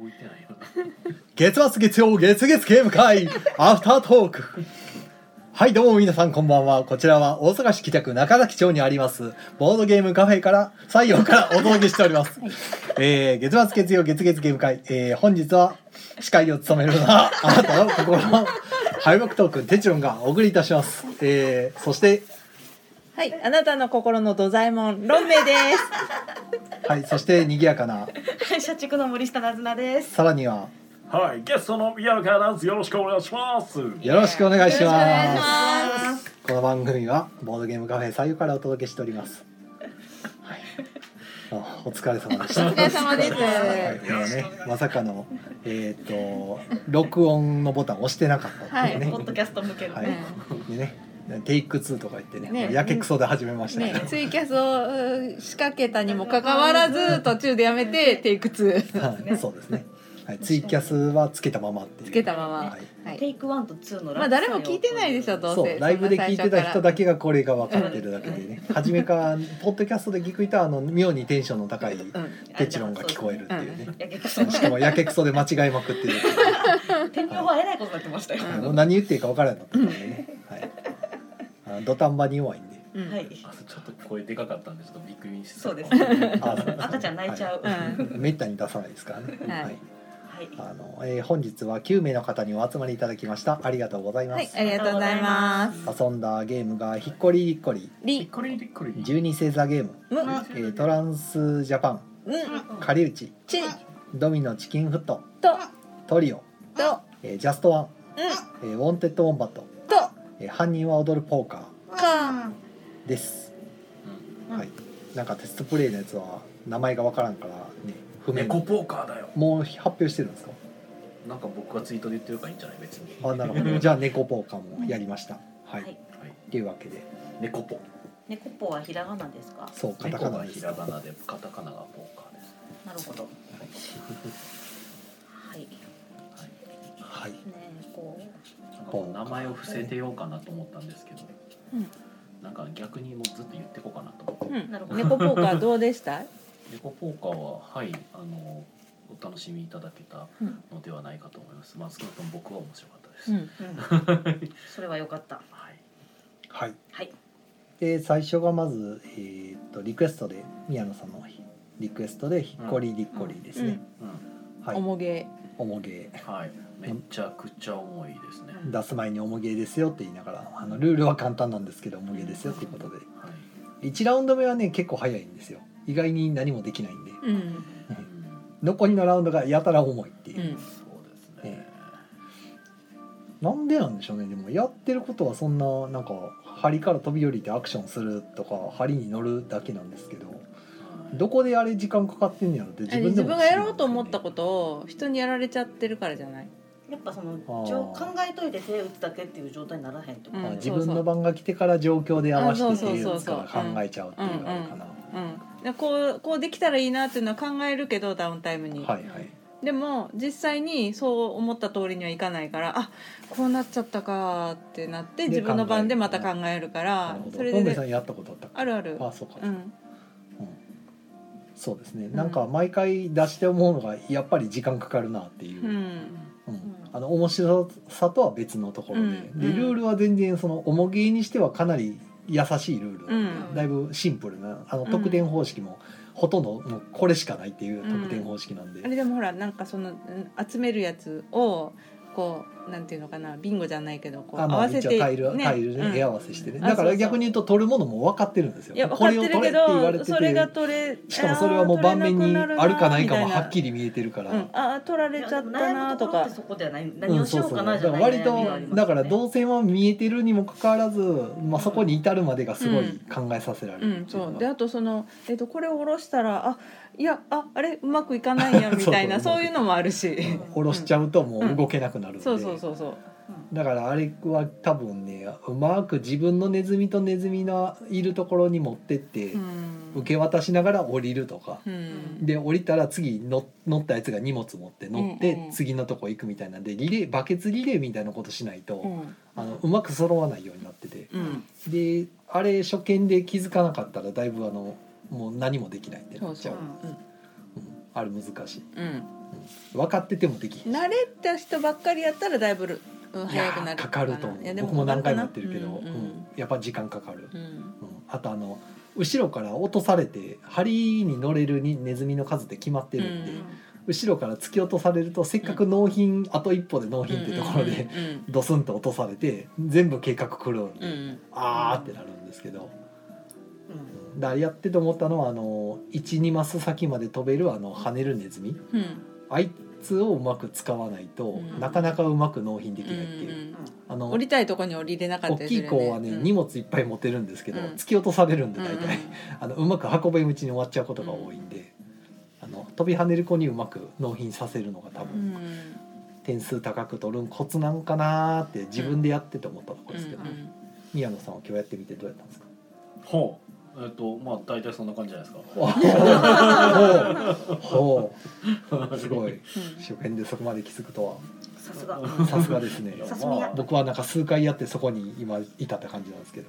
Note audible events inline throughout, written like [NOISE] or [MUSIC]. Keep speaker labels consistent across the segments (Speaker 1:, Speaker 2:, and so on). Speaker 1: 動いてないよな
Speaker 2: 月末月曜月月ゲーム会アフタートークはいどうも皆さんこんばんはこちらは大阪市北区中崎町にありますボードゲームカフェから採用からお届けしております、えー、月末月曜月月ゲーム会、えー、本日は司会を務めるのはあなたの心の敗北トークテチロンがお送りいたします、えー、そして
Speaker 3: はい、あなたの心の土左衛門、ロンメイ [LAUGHS] です。
Speaker 2: はいそして賑やかな
Speaker 4: はい、社畜の森下なずなです。
Speaker 2: さらには
Speaker 1: はいゲストの宮野かですよろしくお願いします
Speaker 2: よろしくお願いし
Speaker 4: よろしくお
Speaker 2: ま
Speaker 4: 願いし
Speaker 2: す
Speaker 4: ます。
Speaker 2: この番組はボードゲームカフェ左右からお届けしております。はい、あお疲れ様でした。
Speaker 4: お疲れ様です。
Speaker 2: はい、いやね、まさかの、えっ、と、録音のボタン押してなかったっていうね。
Speaker 4: ポッドキャスト向けの
Speaker 2: は
Speaker 4: ね。
Speaker 2: い、でね、テイクツーとか言ってね、
Speaker 3: ね
Speaker 2: やけくそで始めましたけど
Speaker 3: ね、ツイキャスをうん仕掛けたにもかかわらず、途中でやめて、テイク2。
Speaker 2: はい、そうですね。はい、ツイキャスはつけたままっていう。
Speaker 3: つけたまま。
Speaker 2: はい
Speaker 3: はい
Speaker 4: テイクワンとツーの。
Speaker 3: まあ、誰も聞いてないでしょ、。どう
Speaker 2: そ
Speaker 3: せ。
Speaker 2: うライブで聞いてた人だ
Speaker 3: け。
Speaker 2: けがこれが分かってるだけでね、初めからポッドキャストで聞く人はあの妙にテンションの高い
Speaker 3: うん。
Speaker 2: テチロンが聞こえるっていうね、
Speaker 4: いや、結構
Speaker 2: しかもやけくそで間違いまくってる
Speaker 4: 天にはえないことになってましたよ。
Speaker 3: うん
Speaker 2: もう何言っていいか分からなかったんでね、はい、あの土壇場に弱いんで
Speaker 3: うん。
Speaker 4: はい。
Speaker 1: あとちょっと声でかかったんでちょっとびっくりしてた
Speaker 4: そうですね。
Speaker 2: あそう
Speaker 4: 赤ちゃん泣いちゃう。
Speaker 3: う
Speaker 4: は
Speaker 2: はい
Speaker 3: ん。
Speaker 2: めったに出さないですからね、
Speaker 3: はい
Speaker 4: い。
Speaker 2: あのえー本日は9名の方にお集まりいただきましたありがとうございま
Speaker 3: はい、
Speaker 2: す、
Speaker 3: ありがとうございます。
Speaker 2: 遊んだゲームが「ひっこりりっこり
Speaker 1: びっ
Speaker 3: り、
Speaker 1: くりびっくり」
Speaker 2: 12星座ゲーム、
Speaker 3: む、
Speaker 2: えートランスジャパン
Speaker 3: うん、
Speaker 2: かりうち
Speaker 3: ち、
Speaker 2: ドミノチキンフット
Speaker 3: と、
Speaker 2: トリオ、
Speaker 3: と、
Speaker 2: えージャストワン、
Speaker 3: う
Speaker 2: えーウォンテッドウォンバット、
Speaker 3: ん、と、
Speaker 2: えー犯人は踊るポーカ
Speaker 3: か。
Speaker 2: ーです、
Speaker 4: うん
Speaker 2: はいなんかテストプレイのやつは名前がわからんからね不明
Speaker 1: 猫ポーカーだよ
Speaker 2: もう発表してるんですか
Speaker 1: なんか僕がツイートで言ってるからいいんじゃない別に
Speaker 2: あなるほどじゃあ猫ポーカーもやりました、はい、
Speaker 1: は
Speaker 4: はい
Speaker 1: い
Speaker 2: っていうわけで
Speaker 1: [LAUGHS] 猫ポ
Speaker 4: 猫ポはひらがなですか。
Speaker 2: そうカタカナ
Speaker 1: 猫が
Speaker 2: で
Speaker 1: ひ
Speaker 2: す
Speaker 1: らがなでカタカナがポーカーです
Speaker 4: なるほど。はい。
Speaker 1: は
Speaker 2: は
Speaker 1: い
Speaker 2: い
Speaker 4: 猫。
Speaker 1: なんかこう名前を伏せてようかなと思ったんですけど、
Speaker 3: うん
Speaker 1: なんか逆にもうずっと言ってこうかなと思って
Speaker 3: うん
Speaker 4: なるほど
Speaker 3: 猫ポーカーどうでした。
Speaker 1: 猫ポーカーははいあのお楽しみいただけた
Speaker 3: うん
Speaker 1: のではないかと思います、まあ少なくとも僕は面白かったです、
Speaker 3: う
Speaker 1: はい
Speaker 3: ん、
Speaker 4: うん。それは良かった。
Speaker 2: はい
Speaker 4: はい。
Speaker 2: で最初がまず、えーっとリクエストで宮野さんのリクエストで「ひっこりりっこり」ですね、
Speaker 1: うん
Speaker 2: はい
Speaker 3: おもげ。
Speaker 2: おもげ
Speaker 1: はいめちゃくちゃ重いですね、
Speaker 2: 出す前に「おもげですよ」って言いながらあのルールは簡単なんですけど「おもげですよ」っていうことで
Speaker 1: はい、
Speaker 2: 1ラウンド目はね結構早いんですよ意外に何もできないんで
Speaker 3: うん、
Speaker 1: うん、
Speaker 2: 残りのラウンドがやたら重いっていうう、
Speaker 3: ん。
Speaker 1: そうです
Speaker 2: え
Speaker 1: ね、
Speaker 2: なんでなんでしょうねでもやってることはそんななんか針から飛び降りてアクションするとか針に乗るだけなんですけど
Speaker 1: はい
Speaker 2: どこであれ時間かかってんねやろって
Speaker 3: あれ自分がやろうと思ったことを人にやられちゃってるからじゃない、
Speaker 4: やっぱその
Speaker 2: あー
Speaker 4: ちょ考えといて手打つだけっていう状態にならへんってこと
Speaker 3: う
Speaker 2: と
Speaker 3: ん
Speaker 2: 自分の番が来てから状況で合わせてっていう
Speaker 3: あそうそうそう
Speaker 2: やつ
Speaker 3: そう
Speaker 2: から考えちゃうっていうのがあるかな、
Speaker 3: うん、でこうこうできたらいいなっていうのは考えるけどダウンタイムに、
Speaker 2: はいはい
Speaker 3: でも実際にそう思った通りにはいかないからあこうなっちゃったかってなって
Speaker 2: で
Speaker 3: 自分の番で
Speaker 2: 考え
Speaker 3: ま
Speaker 2: る
Speaker 3: た考えるか
Speaker 2: な
Speaker 3: ら
Speaker 2: るほど
Speaker 3: それ
Speaker 2: 本
Speaker 3: で
Speaker 2: 部さんやったことあった
Speaker 3: あるある
Speaker 2: あそうか、
Speaker 3: うん
Speaker 2: そうですね
Speaker 3: ん
Speaker 2: なんか毎回出して思うのがやっぱり時間かかるなっていう、
Speaker 3: うん
Speaker 2: うんあの面白さとは別のところで,、
Speaker 3: うんう
Speaker 2: で
Speaker 3: ん
Speaker 2: ルールは全然その重げにしてはかなり優しいルールなんで、
Speaker 4: うん
Speaker 2: だいぶシンプルなあの
Speaker 3: うん
Speaker 2: 得点方式もほとんどもうこれしかないっていう得点方式なんで、
Speaker 3: あれでもほらなんかそのうん集めるやつをこうなんていうのかなビンゴじゃないけどこう
Speaker 2: あ
Speaker 3: 合
Speaker 2: まあ
Speaker 3: わせ
Speaker 2: 一
Speaker 3: て
Speaker 2: 応タイル、
Speaker 3: ね
Speaker 2: タイルで
Speaker 3: うん
Speaker 2: 絵合わせしてね、
Speaker 3: ん
Speaker 2: だか
Speaker 3: あそうそ
Speaker 2: ら
Speaker 3: う
Speaker 2: 逆に言うと取るものも分かってるんですよ
Speaker 3: いや分
Speaker 2: こ
Speaker 3: かっ
Speaker 2: れを
Speaker 3: て
Speaker 2: 取れ
Speaker 3: るけ
Speaker 2: って言われ
Speaker 3: ど
Speaker 2: てて
Speaker 3: それが取れ
Speaker 2: しかもそれはもう盤面にあるかないかもはっきり
Speaker 3: り、
Speaker 2: 見えてるから、
Speaker 3: うん、ああ取られちゃったなと
Speaker 4: 悩
Speaker 3: か
Speaker 4: むところってそこではない何
Speaker 2: う
Speaker 4: を
Speaker 2: ん
Speaker 4: し
Speaker 2: そうそ
Speaker 4: よ
Speaker 2: うう
Speaker 4: か
Speaker 2: だか
Speaker 4: なじゃ
Speaker 2: ら
Speaker 4: ない
Speaker 2: 割
Speaker 4: 悩みがあり
Speaker 2: と
Speaker 4: ますね
Speaker 2: だから動線は見えてるにもかかわらず、まあ、そこに至るまでがすごい考えさせられ
Speaker 3: う
Speaker 2: る
Speaker 3: ん、
Speaker 2: っていのが
Speaker 3: そうであとその、えっとこれを下ろしたらあいやああれうまくいかないやみたい
Speaker 2: [LAUGHS] そ
Speaker 3: な
Speaker 2: うそう
Speaker 3: そういうのもあるし
Speaker 2: うん下ろしちゃうともう動けなくなるんで、
Speaker 3: そうそうそうそう
Speaker 2: だからあれは多分ねうまく自分のネズミとネズミのいるところに持ってって、
Speaker 3: うん
Speaker 2: 受け渡しながら降りるとか、
Speaker 3: うん
Speaker 2: で降りたら次乗乗ったやつが荷物持って乗っ
Speaker 3: うん
Speaker 2: て
Speaker 3: うん
Speaker 2: 次のとこ行くみたいなんでリレーバケツリレーみたいなことしないと、
Speaker 3: うん
Speaker 2: あのうまく揃わないようになってて、
Speaker 3: うん
Speaker 2: であれ初見で気づかなかったらだいぶあのもう何もできないってなっちゃう
Speaker 3: そ
Speaker 2: う
Speaker 3: う
Speaker 2: んあれ難しい。
Speaker 3: うん
Speaker 2: 分かっててもできひん
Speaker 3: 慣れた人ばっかりやったらだいぶる、うん、
Speaker 2: いや
Speaker 3: 早くな
Speaker 2: ー
Speaker 3: る
Speaker 2: かかると思
Speaker 3: いや
Speaker 2: う
Speaker 3: で
Speaker 2: 僕も何回もやってるけど、
Speaker 3: う
Speaker 2: うん
Speaker 3: ん
Speaker 2: やっぱ時間かかる、
Speaker 3: う
Speaker 2: うん
Speaker 3: ん
Speaker 2: あとあの後ろから落とされて針に乗れるにネズミの数って決まってるんで、
Speaker 3: うん
Speaker 2: 後ろから突き落とされるとせっかく納品、あと一歩で納品ってところで、
Speaker 3: うん
Speaker 2: ドスンと落とされて全部計画狂うんで、
Speaker 3: うんうん
Speaker 2: あーってなるんですけど、
Speaker 4: うん
Speaker 2: だからやってて思ったのはあの12マス先まで飛べるあの跳ねるネズミ
Speaker 3: うん
Speaker 2: あいつをうまく使わないと、
Speaker 3: うん
Speaker 2: なかなかうまく納品できないっていうう、
Speaker 3: ん
Speaker 2: あ
Speaker 3: うん
Speaker 2: の
Speaker 3: 降りたいとこに降りれなかった
Speaker 2: 大
Speaker 3: り
Speaker 2: きい
Speaker 3: するよ
Speaker 2: 子はね、
Speaker 3: うん
Speaker 2: 荷物いっぱい持てるんですけど、
Speaker 3: うん
Speaker 2: 突き落とされるんで
Speaker 3: うん
Speaker 2: 大体、あのうまく運べんうちに終わっちゃうことが多いんで、あの飛び跳ねる子にうまく納品させるのが多
Speaker 3: う
Speaker 2: 分、
Speaker 3: ん
Speaker 2: [LAUGHS] 点数高く取るコツなんかなーって自分でやってて思ったとこですけど、
Speaker 3: うん
Speaker 2: 宮野さんは今日やってみてどうやったん
Speaker 3: [LAUGHS]
Speaker 2: ですか
Speaker 1: ほうえっとまあ大体そんな感じじゃないです
Speaker 2: ほうほ
Speaker 1: か
Speaker 2: うすごい
Speaker 3: うん
Speaker 2: 初見でそこまで気づくとは
Speaker 4: さ
Speaker 2: [LAUGHS]
Speaker 4: すが。
Speaker 1: うん
Speaker 4: うん
Speaker 2: さすがですね
Speaker 1: いや
Speaker 4: さすが
Speaker 1: まあ
Speaker 2: 僕はなんか数回やってそこに今いたって感じなんですけど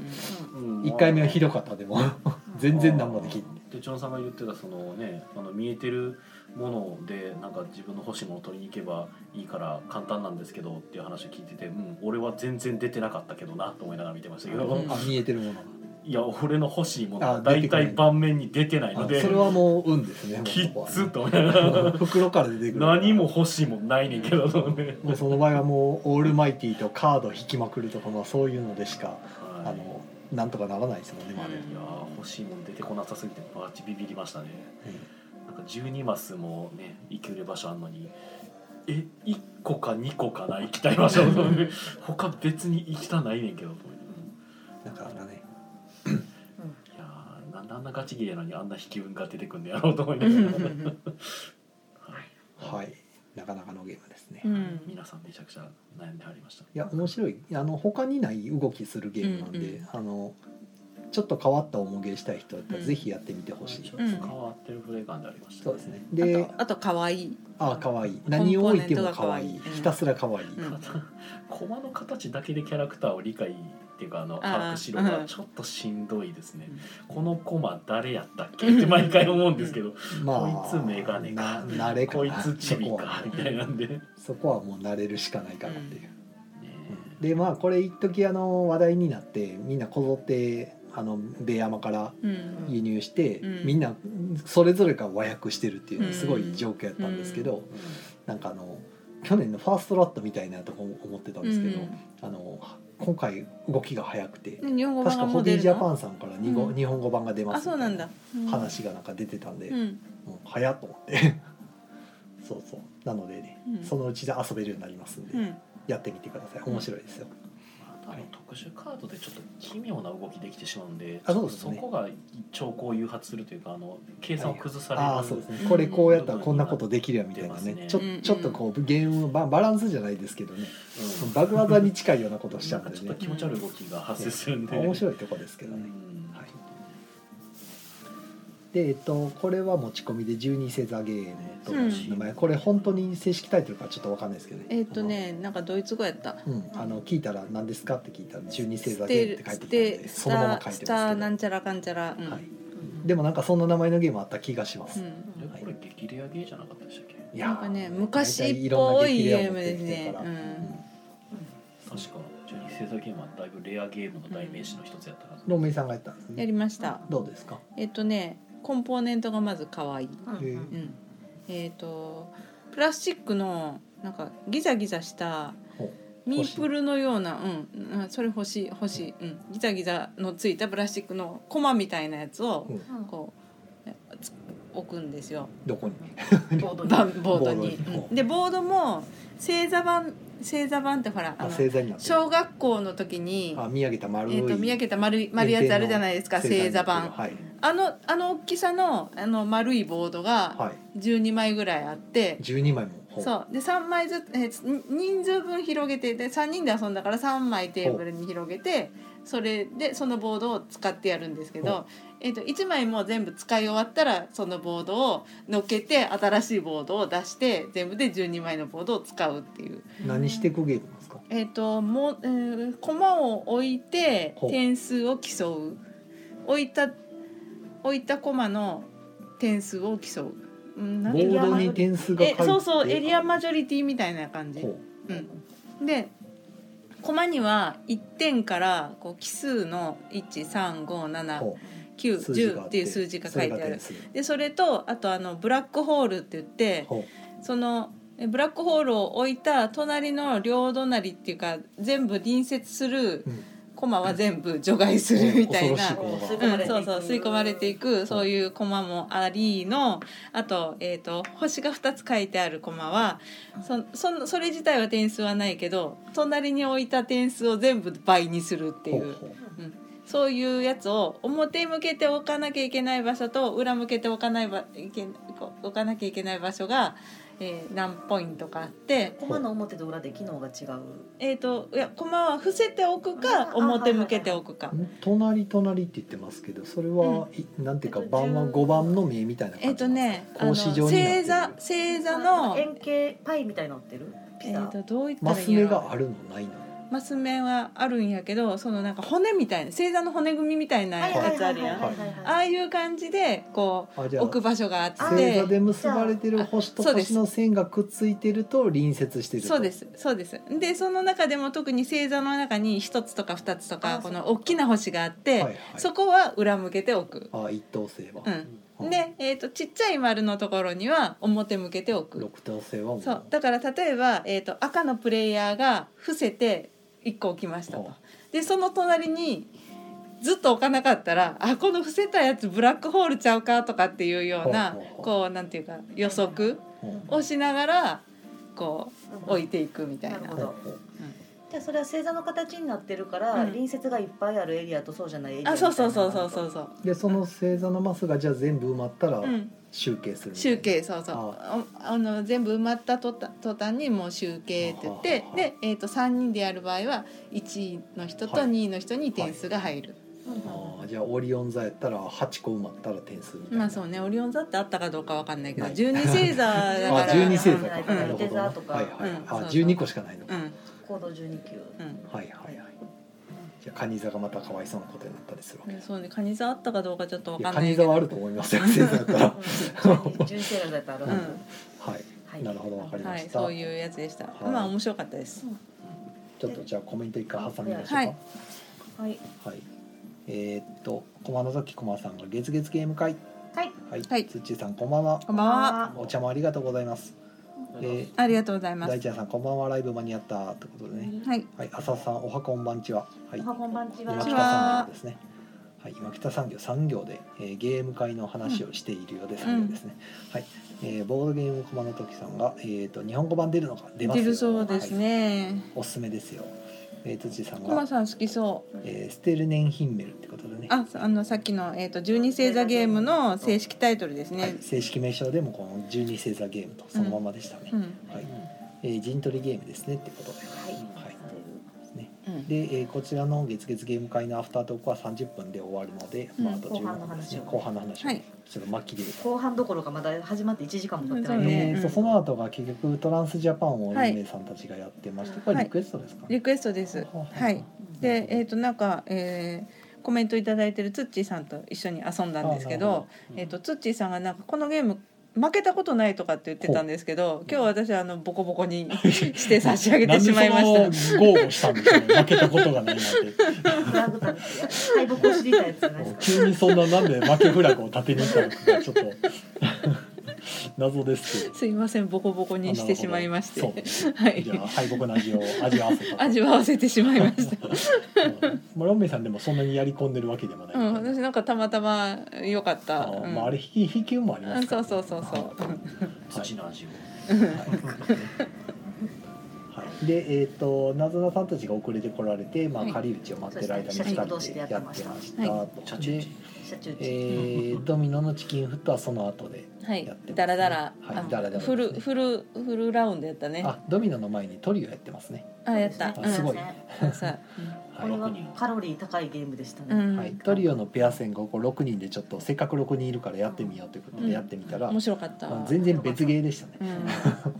Speaker 1: うん
Speaker 2: 1回目はひどかったでも [LAUGHS] 全然何もできん
Speaker 1: でチョンさんが言ってたそのねあの見えてるものでなんか自分の欲しいものを取りに行けばいいから簡単なんですけどっていう話を聞いてて、うん、俺は全然出てなかったけどなと思いながら見てましたけど、
Speaker 3: うん
Speaker 2: あ見えてるものが
Speaker 1: いや俺の欲しいもの
Speaker 2: あ
Speaker 1: は
Speaker 2: 出て
Speaker 1: 大
Speaker 2: こない
Speaker 1: 体盤面に出てない
Speaker 2: あ
Speaker 1: の
Speaker 2: そ
Speaker 1: で
Speaker 2: れはもう運です
Speaker 1: [LAUGHS]
Speaker 2: ねもう
Speaker 1: きっ
Speaker 2: ここは
Speaker 1: つっ
Speaker 2: ね
Speaker 1: と思いながら
Speaker 2: 袋から出てくる
Speaker 1: 何も欲しいもんないねんけどと思って
Speaker 2: もうその場合はもうオールマイティとカード引きまくるとかまあそういうのでしかあ
Speaker 1: はい
Speaker 2: のなんとかならないですもんねまああれ
Speaker 3: うん
Speaker 1: いやー欲しいもん出てこなさすぎてバチビビりましたねなんか12マスもね行ける場所あんのにえ1個か2個かな行きたい場所
Speaker 2: [LAUGHS]
Speaker 1: 他別に行きたないねんけどと思って
Speaker 2: なかなかね
Speaker 1: うんいやーなんであんなガチ切れなのにあんな引き運が出てくんのやろうと思いな
Speaker 3: う
Speaker 1: がら
Speaker 3: ん
Speaker 2: はいなかなかのゲームですね
Speaker 3: う
Speaker 2: い
Speaker 3: ん
Speaker 1: 皆さんめちゃくちゃ悩んではりました
Speaker 2: や面白いあの他にない動きするゲームなんで、
Speaker 3: うんうん
Speaker 2: あのちょっと変わった面芸したい人だったら
Speaker 3: うん
Speaker 2: ぜひやってみてほしい、
Speaker 1: ちょっと
Speaker 3: ん
Speaker 1: 変わってるプレイ感でありました
Speaker 2: そうですね
Speaker 3: あ
Speaker 2: で
Speaker 3: とあと可愛い
Speaker 2: あ可愛い
Speaker 3: ンポーネントが
Speaker 2: 何を置いても可愛い
Speaker 3: 可愛いうん
Speaker 2: ひたすら可愛い、
Speaker 3: うん
Speaker 1: 駒の形だけでキャラクターを理解っていうかあの
Speaker 3: あー
Speaker 1: 把握しろ
Speaker 3: う
Speaker 1: が
Speaker 3: ん
Speaker 1: ちょっとしんどいですね、
Speaker 3: う
Speaker 1: この駒誰やったっけって毎回思うんですけど、
Speaker 2: まあ
Speaker 1: こいつメガネか
Speaker 2: な慣れかな
Speaker 1: こいつチビ
Speaker 2: そこは
Speaker 1: かみたいなんで、ね
Speaker 2: そこはもう慣れるしかないかなっていう、
Speaker 1: え
Speaker 2: でまあこれ一時あの話題になってみんなこぞってあの米山から
Speaker 3: うん
Speaker 2: 輸入して、
Speaker 3: うん
Speaker 2: みんなそれぞれが和訳してるっていううんすごい状況やったんですけど、なんかあの去年のファーストラットみたいなとこ思ってたんですけど、あの今回動きが早くて、
Speaker 3: うん日本語
Speaker 2: 確
Speaker 3: 版
Speaker 2: か
Speaker 3: が
Speaker 2: ホ
Speaker 3: も
Speaker 2: ディ
Speaker 3: 出
Speaker 2: ジャ
Speaker 3: る
Speaker 2: パ
Speaker 3: の
Speaker 2: ンさんから日本,、
Speaker 3: うん
Speaker 2: 日本語版が出ま
Speaker 3: あ
Speaker 2: す
Speaker 3: そうなんだうん
Speaker 2: 話がなんか出てたんで、
Speaker 3: う
Speaker 2: も
Speaker 3: ん
Speaker 2: う早っと思って [LAUGHS] そうそうなのでね、
Speaker 3: うん
Speaker 2: そのうちで遊べるようになりますんで、
Speaker 3: うん
Speaker 2: やってみてください面白いですよ、
Speaker 1: またあの特殊カードでちょっと奇妙な動きできてしまうんで
Speaker 2: あそうですね
Speaker 1: そこが兆候を誘発するというかあの計算を崩される、
Speaker 2: ああそうですね、
Speaker 3: うん
Speaker 2: これこうやったらこんなことできるよみたいなね
Speaker 1: 出ますね
Speaker 2: ちょ
Speaker 3: うん
Speaker 2: ちょっとこうゲームのババランスじゃないですけどね、
Speaker 1: うん
Speaker 2: バグ技に近いようなことをしちゃ
Speaker 1: な
Speaker 2: うん
Speaker 1: か
Speaker 2: ん
Speaker 1: ち
Speaker 2: で
Speaker 1: ょっと
Speaker 2: ね
Speaker 1: 気持ち悪い動きが発生するんで、
Speaker 2: 面白いとこですけ
Speaker 1: う
Speaker 2: どね、
Speaker 1: ん
Speaker 2: はいでえっとこれは持ち込みで12セザゲームという名前、
Speaker 1: うん
Speaker 2: これ本当に正式タイトルかちょっとわかんないですけどね
Speaker 3: えっとねなんかドイツ語やった
Speaker 2: あのうん、あの聞いたら何ですかって聞いたら12星
Speaker 3: ス
Speaker 2: 座ゲームって
Speaker 3: テル
Speaker 2: 書い
Speaker 3: ス
Speaker 2: てきたん
Speaker 3: テ
Speaker 2: で
Speaker 3: ス
Speaker 2: そのまま書
Speaker 3: タ
Speaker 2: いて
Speaker 3: ス
Speaker 2: ますけ
Speaker 3: タ
Speaker 2: ど
Speaker 3: なんちゃらかんちゃらうん
Speaker 2: はい、
Speaker 4: うん
Speaker 2: でもなんかそんな名前のゲームあった気がします、
Speaker 3: うん
Speaker 1: でこれ激レアゲーじゃなかったでしたっけ
Speaker 2: い
Speaker 3: なん
Speaker 2: ー
Speaker 3: かね
Speaker 2: 大体
Speaker 3: 昔っ
Speaker 2: ろんな
Speaker 3: ぽい
Speaker 2: 激
Speaker 3: ゲ
Speaker 2: レア
Speaker 3: ー
Speaker 2: を
Speaker 3: ム
Speaker 2: 持っ
Speaker 3: で
Speaker 2: てきて
Speaker 3: す
Speaker 2: る
Speaker 3: ね
Speaker 2: からうん
Speaker 1: 確か12星座ゲームはだいぶレアゲームの代名詞の一つやったはず、
Speaker 2: ロメイさんがやったんです
Speaker 3: うん
Speaker 2: ね
Speaker 3: やりました
Speaker 2: どうですか
Speaker 3: えっとねコンポーネントがまず可愛い
Speaker 4: うん
Speaker 2: へえ
Speaker 3: うんえっとプラスチックのなんかギザギザした
Speaker 2: ほ
Speaker 3: ミープルのようなうんうんそれ欲しい欲しいうんギザギザのついたプラスチックのコマみたいなやつを
Speaker 2: うん
Speaker 3: こうえつ置くんですよ
Speaker 2: どこに
Speaker 4: ボードに
Speaker 3: バンボードに
Speaker 2: ボードに
Speaker 3: うんでボードも星座版星座版ってほらあ
Speaker 2: あ
Speaker 3: の
Speaker 2: 星座になってる
Speaker 3: 小学校の時に、
Speaker 2: あ見上げた丸い、
Speaker 3: えー、と見上げた丸い丸いやつあるじゃないですか星座
Speaker 2: 版
Speaker 3: 版
Speaker 2: はい
Speaker 3: あのあの大きさのあの丸いボードが
Speaker 2: はい
Speaker 3: 12枚ぐらいあって、
Speaker 2: 12枚もほう
Speaker 3: そうで3枚ずつ、えーつ人数分広げてで3人で遊んだから3枚テーブルに広げてそれでそのボードを使ってやるんですけ
Speaker 2: ほ
Speaker 3: ど、えー、と1枚もう全部使い終わったらそのボードをのっけて新しいボードを出して全部で12枚のボードを使うっていう。
Speaker 2: 何していくゲームなんですか
Speaker 3: えっ、ともう、えー、駒を置いて
Speaker 2: ほう
Speaker 3: 点数を競う置いた置いた駒の点数を競ううんな
Speaker 2: ボ
Speaker 3: んていう
Speaker 2: ー
Speaker 3: の
Speaker 2: ドに点数が書い
Speaker 3: え
Speaker 2: て
Speaker 3: そうそうエリアマ
Speaker 2: ジ
Speaker 3: ジョリティみたいな感じ、うん、で駒には1点からこう奇数の1357910っていう数字が書いてあるでそれとあとあのブラックホールって言って
Speaker 2: ほ
Speaker 3: そのえブラックホールを置いた隣の両隣っていうか全部隣接する
Speaker 2: うん
Speaker 3: 駒は全部除外するみたいな。
Speaker 2: 恐ろしい
Speaker 4: こう吸い込
Speaker 3: う
Speaker 4: ま
Speaker 3: ん、
Speaker 4: れてい
Speaker 3: そう
Speaker 4: く
Speaker 3: そう吸い込まれていくそういうコマもありのあと,、えー、と星が2つ書いてあるコマはそそんそれ自体は点数はないけど隣に置いた点数を全部倍にするって
Speaker 2: ほ
Speaker 3: いうう
Speaker 2: ほう
Speaker 3: そういうやつを表向けて置かなきゃいけない場所と裏向けて置かないばいけこう置かなきゃいけない場所が、えー何ポイントかあって。
Speaker 4: 駒の表と裏で機能が違う。
Speaker 3: えー、といや駒は伏せておく
Speaker 4: あ
Speaker 3: か
Speaker 4: ー
Speaker 3: 表向けておくか
Speaker 2: 隣隣って言ってますけどそれは、いなんていうか番は5番の目みたいな
Speaker 3: えっ、
Speaker 2: 感じ
Speaker 3: と
Speaker 2: なんですか
Speaker 3: ねあの
Speaker 2: 格子状になって
Speaker 3: 星
Speaker 2: る
Speaker 3: 座星座の
Speaker 4: 円形パイみたいになってる。ピ
Speaker 3: え
Speaker 4: ザ。
Speaker 3: ー、とどういった
Speaker 2: マ
Speaker 3: らい
Speaker 2: ス
Speaker 3: いん
Speaker 2: 目
Speaker 3: やろ
Speaker 2: があるのないの
Speaker 3: マス目はあるんやけどそのなんか骨みたいな星座の骨組みみたいな
Speaker 4: はいはい
Speaker 3: やつ
Speaker 4: は
Speaker 3: あ
Speaker 4: い
Speaker 3: る
Speaker 4: はい
Speaker 3: やん
Speaker 4: はい
Speaker 3: あ
Speaker 4: はい。
Speaker 3: あいう感じでこ
Speaker 2: あじ
Speaker 3: う
Speaker 2: ゃあ
Speaker 3: 置く場所があっ
Speaker 2: 星座
Speaker 3: て
Speaker 2: で結ばれてる星と
Speaker 3: そうです
Speaker 2: 星の線がくっついてると隣接してると
Speaker 3: そうですそうですでその中でも特に星座の中に1つとか2つと
Speaker 4: あ
Speaker 3: か
Speaker 4: ー
Speaker 3: こ
Speaker 4: そう
Speaker 3: の大きな星があって、
Speaker 2: はいはい
Speaker 3: そこは裏向けて置く。
Speaker 2: あ一等星は、
Speaker 3: うん、で、えー、とちっちゃい丸のところには表向けて置く。
Speaker 2: 六等星はもう
Speaker 3: そうだから例えば、えー、と赤のプレイヤーが伏せて1個置きました
Speaker 2: ほ
Speaker 3: と。でその隣にずっと置かなかったらあこの伏せたやつブラックホールちゃうかとかっていうような
Speaker 2: ほうほうほう
Speaker 3: こうなんていうか予測
Speaker 2: うん
Speaker 3: をしながらこう置い
Speaker 4: て。
Speaker 3: ていくみたいな
Speaker 4: なるほ
Speaker 2: ほう
Speaker 4: ど
Speaker 2: ほう
Speaker 4: じゃあそれは星座の形になってるから、
Speaker 3: うん
Speaker 4: 隣接がいっぱいあるエリアとそうじゃないエリア
Speaker 3: あそうそうそうそう
Speaker 4: う。
Speaker 3: そうそう
Speaker 2: でその星座のマスがじゃあ全部埋まったら
Speaker 3: うん
Speaker 2: 集計するみたいな
Speaker 3: 集計そうそうああの全部埋まったとた途端にもう集計って言っ
Speaker 2: は
Speaker 3: て
Speaker 2: あはあ
Speaker 3: で、えー、と3人でやる場合は1位の人と
Speaker 2: はい
Speaker 3: 2位の人に点数が入る、
Speaker 2: あーじゃあオリオン座やったら8個埋まったら点数みたいな、
Speaker 3: まあそうねオリオン座ってあったかどうかわかんないけど
Speaker 2: ない
Speaker 3: 12星座だか
Speaker 2: あ
Speaker 3: ら
Speaker 2: 十二星座
Speaker 4: うん
Speaker 2: か、
Speaker 3: うん
Speaker 2: なるほどな
Speaker 4: 手座とか
Speaker 2: はいはい、
Speaker 3: うんそうそ
Speaker 2: あ
Speaker 3: う
Speaker 2: 十二個しかないのか、
Speaker 3: う
Speaker 2: は
Speaker 3: ん
Speaker 4: 高度十二級。
Speaker 3: うん
Speaker 2: いはいはいじゃあカニ座がまたかわいそうなことになったりするわけ、
Speaker 3: ねそうね、カニ座あったかどうかちょっとわ
Speaker 2: い
Speaker 3: か
Speaker 2: や
Speaker 3: ん
Speaker 2: カ
Speaker 3: ない
Speaker 2: ニ座
Speaker 3: けど。
Speaker 2: はあると思います
Speaker 3: [LAUGHS]
Speaker 2: よ星座やったら
Speaker 4: 十二星座だったらある。
Speaker 3: うん
Speaker 2: はい、
Speaker 4: はい
Speaker 2: なるほどわかりま
Speaker 3: はい、
Speaker 2: した、
Speaker 3: そういうやつでした。
Speaker 2: はい
Speaker 3: まあ面白かったです。
Speaker 2: ちょっとじゃあコメント一回挟みましょうか、
Speaker 3: は
Speaker 2: はいい
Speaker 4: はい。
Speaker 2: えーっと駒の崎駒さんが月月ゲーム会
Speaker 4: はい。
Speaker 2: はい、
Speaker 3: はい
Speaker 2: つっちーさんこんばんは
Speaker 3: こんばんは。
Speaker 2: お茶もありがとうございます、え
Speaker 3: ありがとうござい
Speaker 2: ー、
Speaker 3: ます
Speaker 2: 大。ちゃんさんこんばんはライブ間に合ったということでね
Speaker 3: はい、
Speaker 2: はい浅田さんおはこんばんちははい
Speaker 4: おはこんばんちは。
Speaker 2: 今
Speaker 3: こん
Speaker 2: 北
Speaker 3: にちは
Speaker 2: 産業ですね。はい、今北産業産業で、えーゲーム会の話をしているようで産業ですね。はい、えーボードゲームコマの時さんがえっ、と日本語版出るのか出ます
Speaker 3: 出
Speaker 2: よ
Speaker 3: るそうです
Speaker 2: はい
Speaker 3: ね。
Speaker 2: おすすめですよ。えー、辻さん
Speaker 3: コマ
Speaker 2: が、
Speaker 3: さん好きそう。
Speaker 2: えーステルネンヒンメルってことでね。
Speaker 3: あ、あのさっきのえっ、と十二星座ゲームの正式タイトルです
Speaker 2: はい
Speaker 3: ね。、
Speaker 2: 正式名称でもこの十二星座ゲームとそのままでしたね。
Speaker 3: うん、
Speaker 2: はい、えー陣取りゲームですねってことで。
Speaker 4: はい。
Speaker 2: はいね。
Speaker 3: うん、
Speaker 2: で、えーこちらの月月ゲーム会のアフタートークは30分で終わるので、まあ、あと
Speaker 4: うん
Speaker 2: 15分ですね。後
Speaker 4: 後
Speaker 2: 半の話を、
Speaker 3: はい
Speaker 2: ちょっと巻きで。
Speaker 4: 後半どころかまだ始まって一時間も経ってな
Speaker 3: そう
Speaker 4: い。
Speaker 3: ね
Speaker 2: えーと
Speaker 3: うん
Speaker 2: その後が結局トランスジャパンを
Speaker 3: はい
Speaker 2: 4名さんたちがやってましてこれリクエストですか、
Speaker 3: リクエストです。はい。で、えっ、となんか、えーコメントいただいてるツッチーさんと一緒に遊んだんですけ
Speaker 2: あなる
Speaker 3: ど
Speaker 2: ほ、
Speaker 3: えっ、とツッチーさんがなんかこのゲーム負けたことないとかって言ってたんですけど、今日私はあのボコボコにして差し上げてしまいました。
Speaker 2: た豪語したんでしょうね負けたことがない
Speaker 3: [LAUGHS]
Speaker 2: なんて
Speaker 4: フラグ立て敗北を知りたいやつじゃないです
Speaker 2: 急にそんななんで負けフラグを立てに行ったのかちょっと [LAUGHS] 謎ですけど
Speaker 3: すいませんボコボコにしてしまいまして、
Speaker 2: そうですね
Speaker 3: はい
Speaker 2: じゃあ敗北の味を味わわせた
Speaker 3: 味わわせてしまいました。
Speaker 2: まあロンメイさんでもそんなにやり込んでるわけでもない、
Speaker 3: うん、私なんかたまたま良かった。
Speaker 2: あの
Speaker 3: うん
Speaker 2: まあ、あれ引き引き運もありますから、
Speaker 3: そうそうそうそう
Speaker 2: はい
Speaker 1: 土の味を
Speaker 2: はい、でえっ、となずなさんたちが遅れて来られて、まあ、
Speaker 3: はい
Speaker 2: 仮打ちを待ってる間に
Speaker 4: そうですね
Speaker 2: 2
Speaker 4: 社長同
Speaker 2: 人
Speaker 4: 士
Speaker 2: で
Speaker 4: で
Speaker 2: や
Speaker 4: や
Speaker 2: っ
Speaker 4: ってて
Speaker 2: ま
Speaker 4: ま
Speaker 2: し
Speaker 4: したた
Speaker 2: と、
Speaker 1: 社
Speaker 2: で
Speaker 1: 中
Speaker 4: 社中
Speaker 2: えードミノのチキンフットはその後で、
Speaker 3: はい
Speaker 2: やってますね、
Speaker 3: だらだら、
Speaker 2: はい
Speaker 3: あ
Speaker 2: だらだら
Speaker 3: フルフルフルラウンドやったね。
Speaker 2: あドミノの前にトリオやってますね
Speaker 3: あやった。、
Speaker 4: そううんです
Speaker 2: ごい
Speaker 4: ね
Speaker 3: そうそう。
Speaker 2: は
Speaker 4: こ
Speaker 2: い
Speaker 4: れ
Speaker 1: 六
Speaker 4: は
Speaker 1: 人
Speaker 4: カロリー高いゲームでした
Speaker 3: う
Speaker 4: ね。
Speaker 3: ん、
Speaker 2: はい、トリオのペア戦がこう6人でちょっとせっかく6人いるからやってみようということでやってみたら、
Speaker 3: 面白かった、
Speaker 2: まあ全然別ゲーでしたね、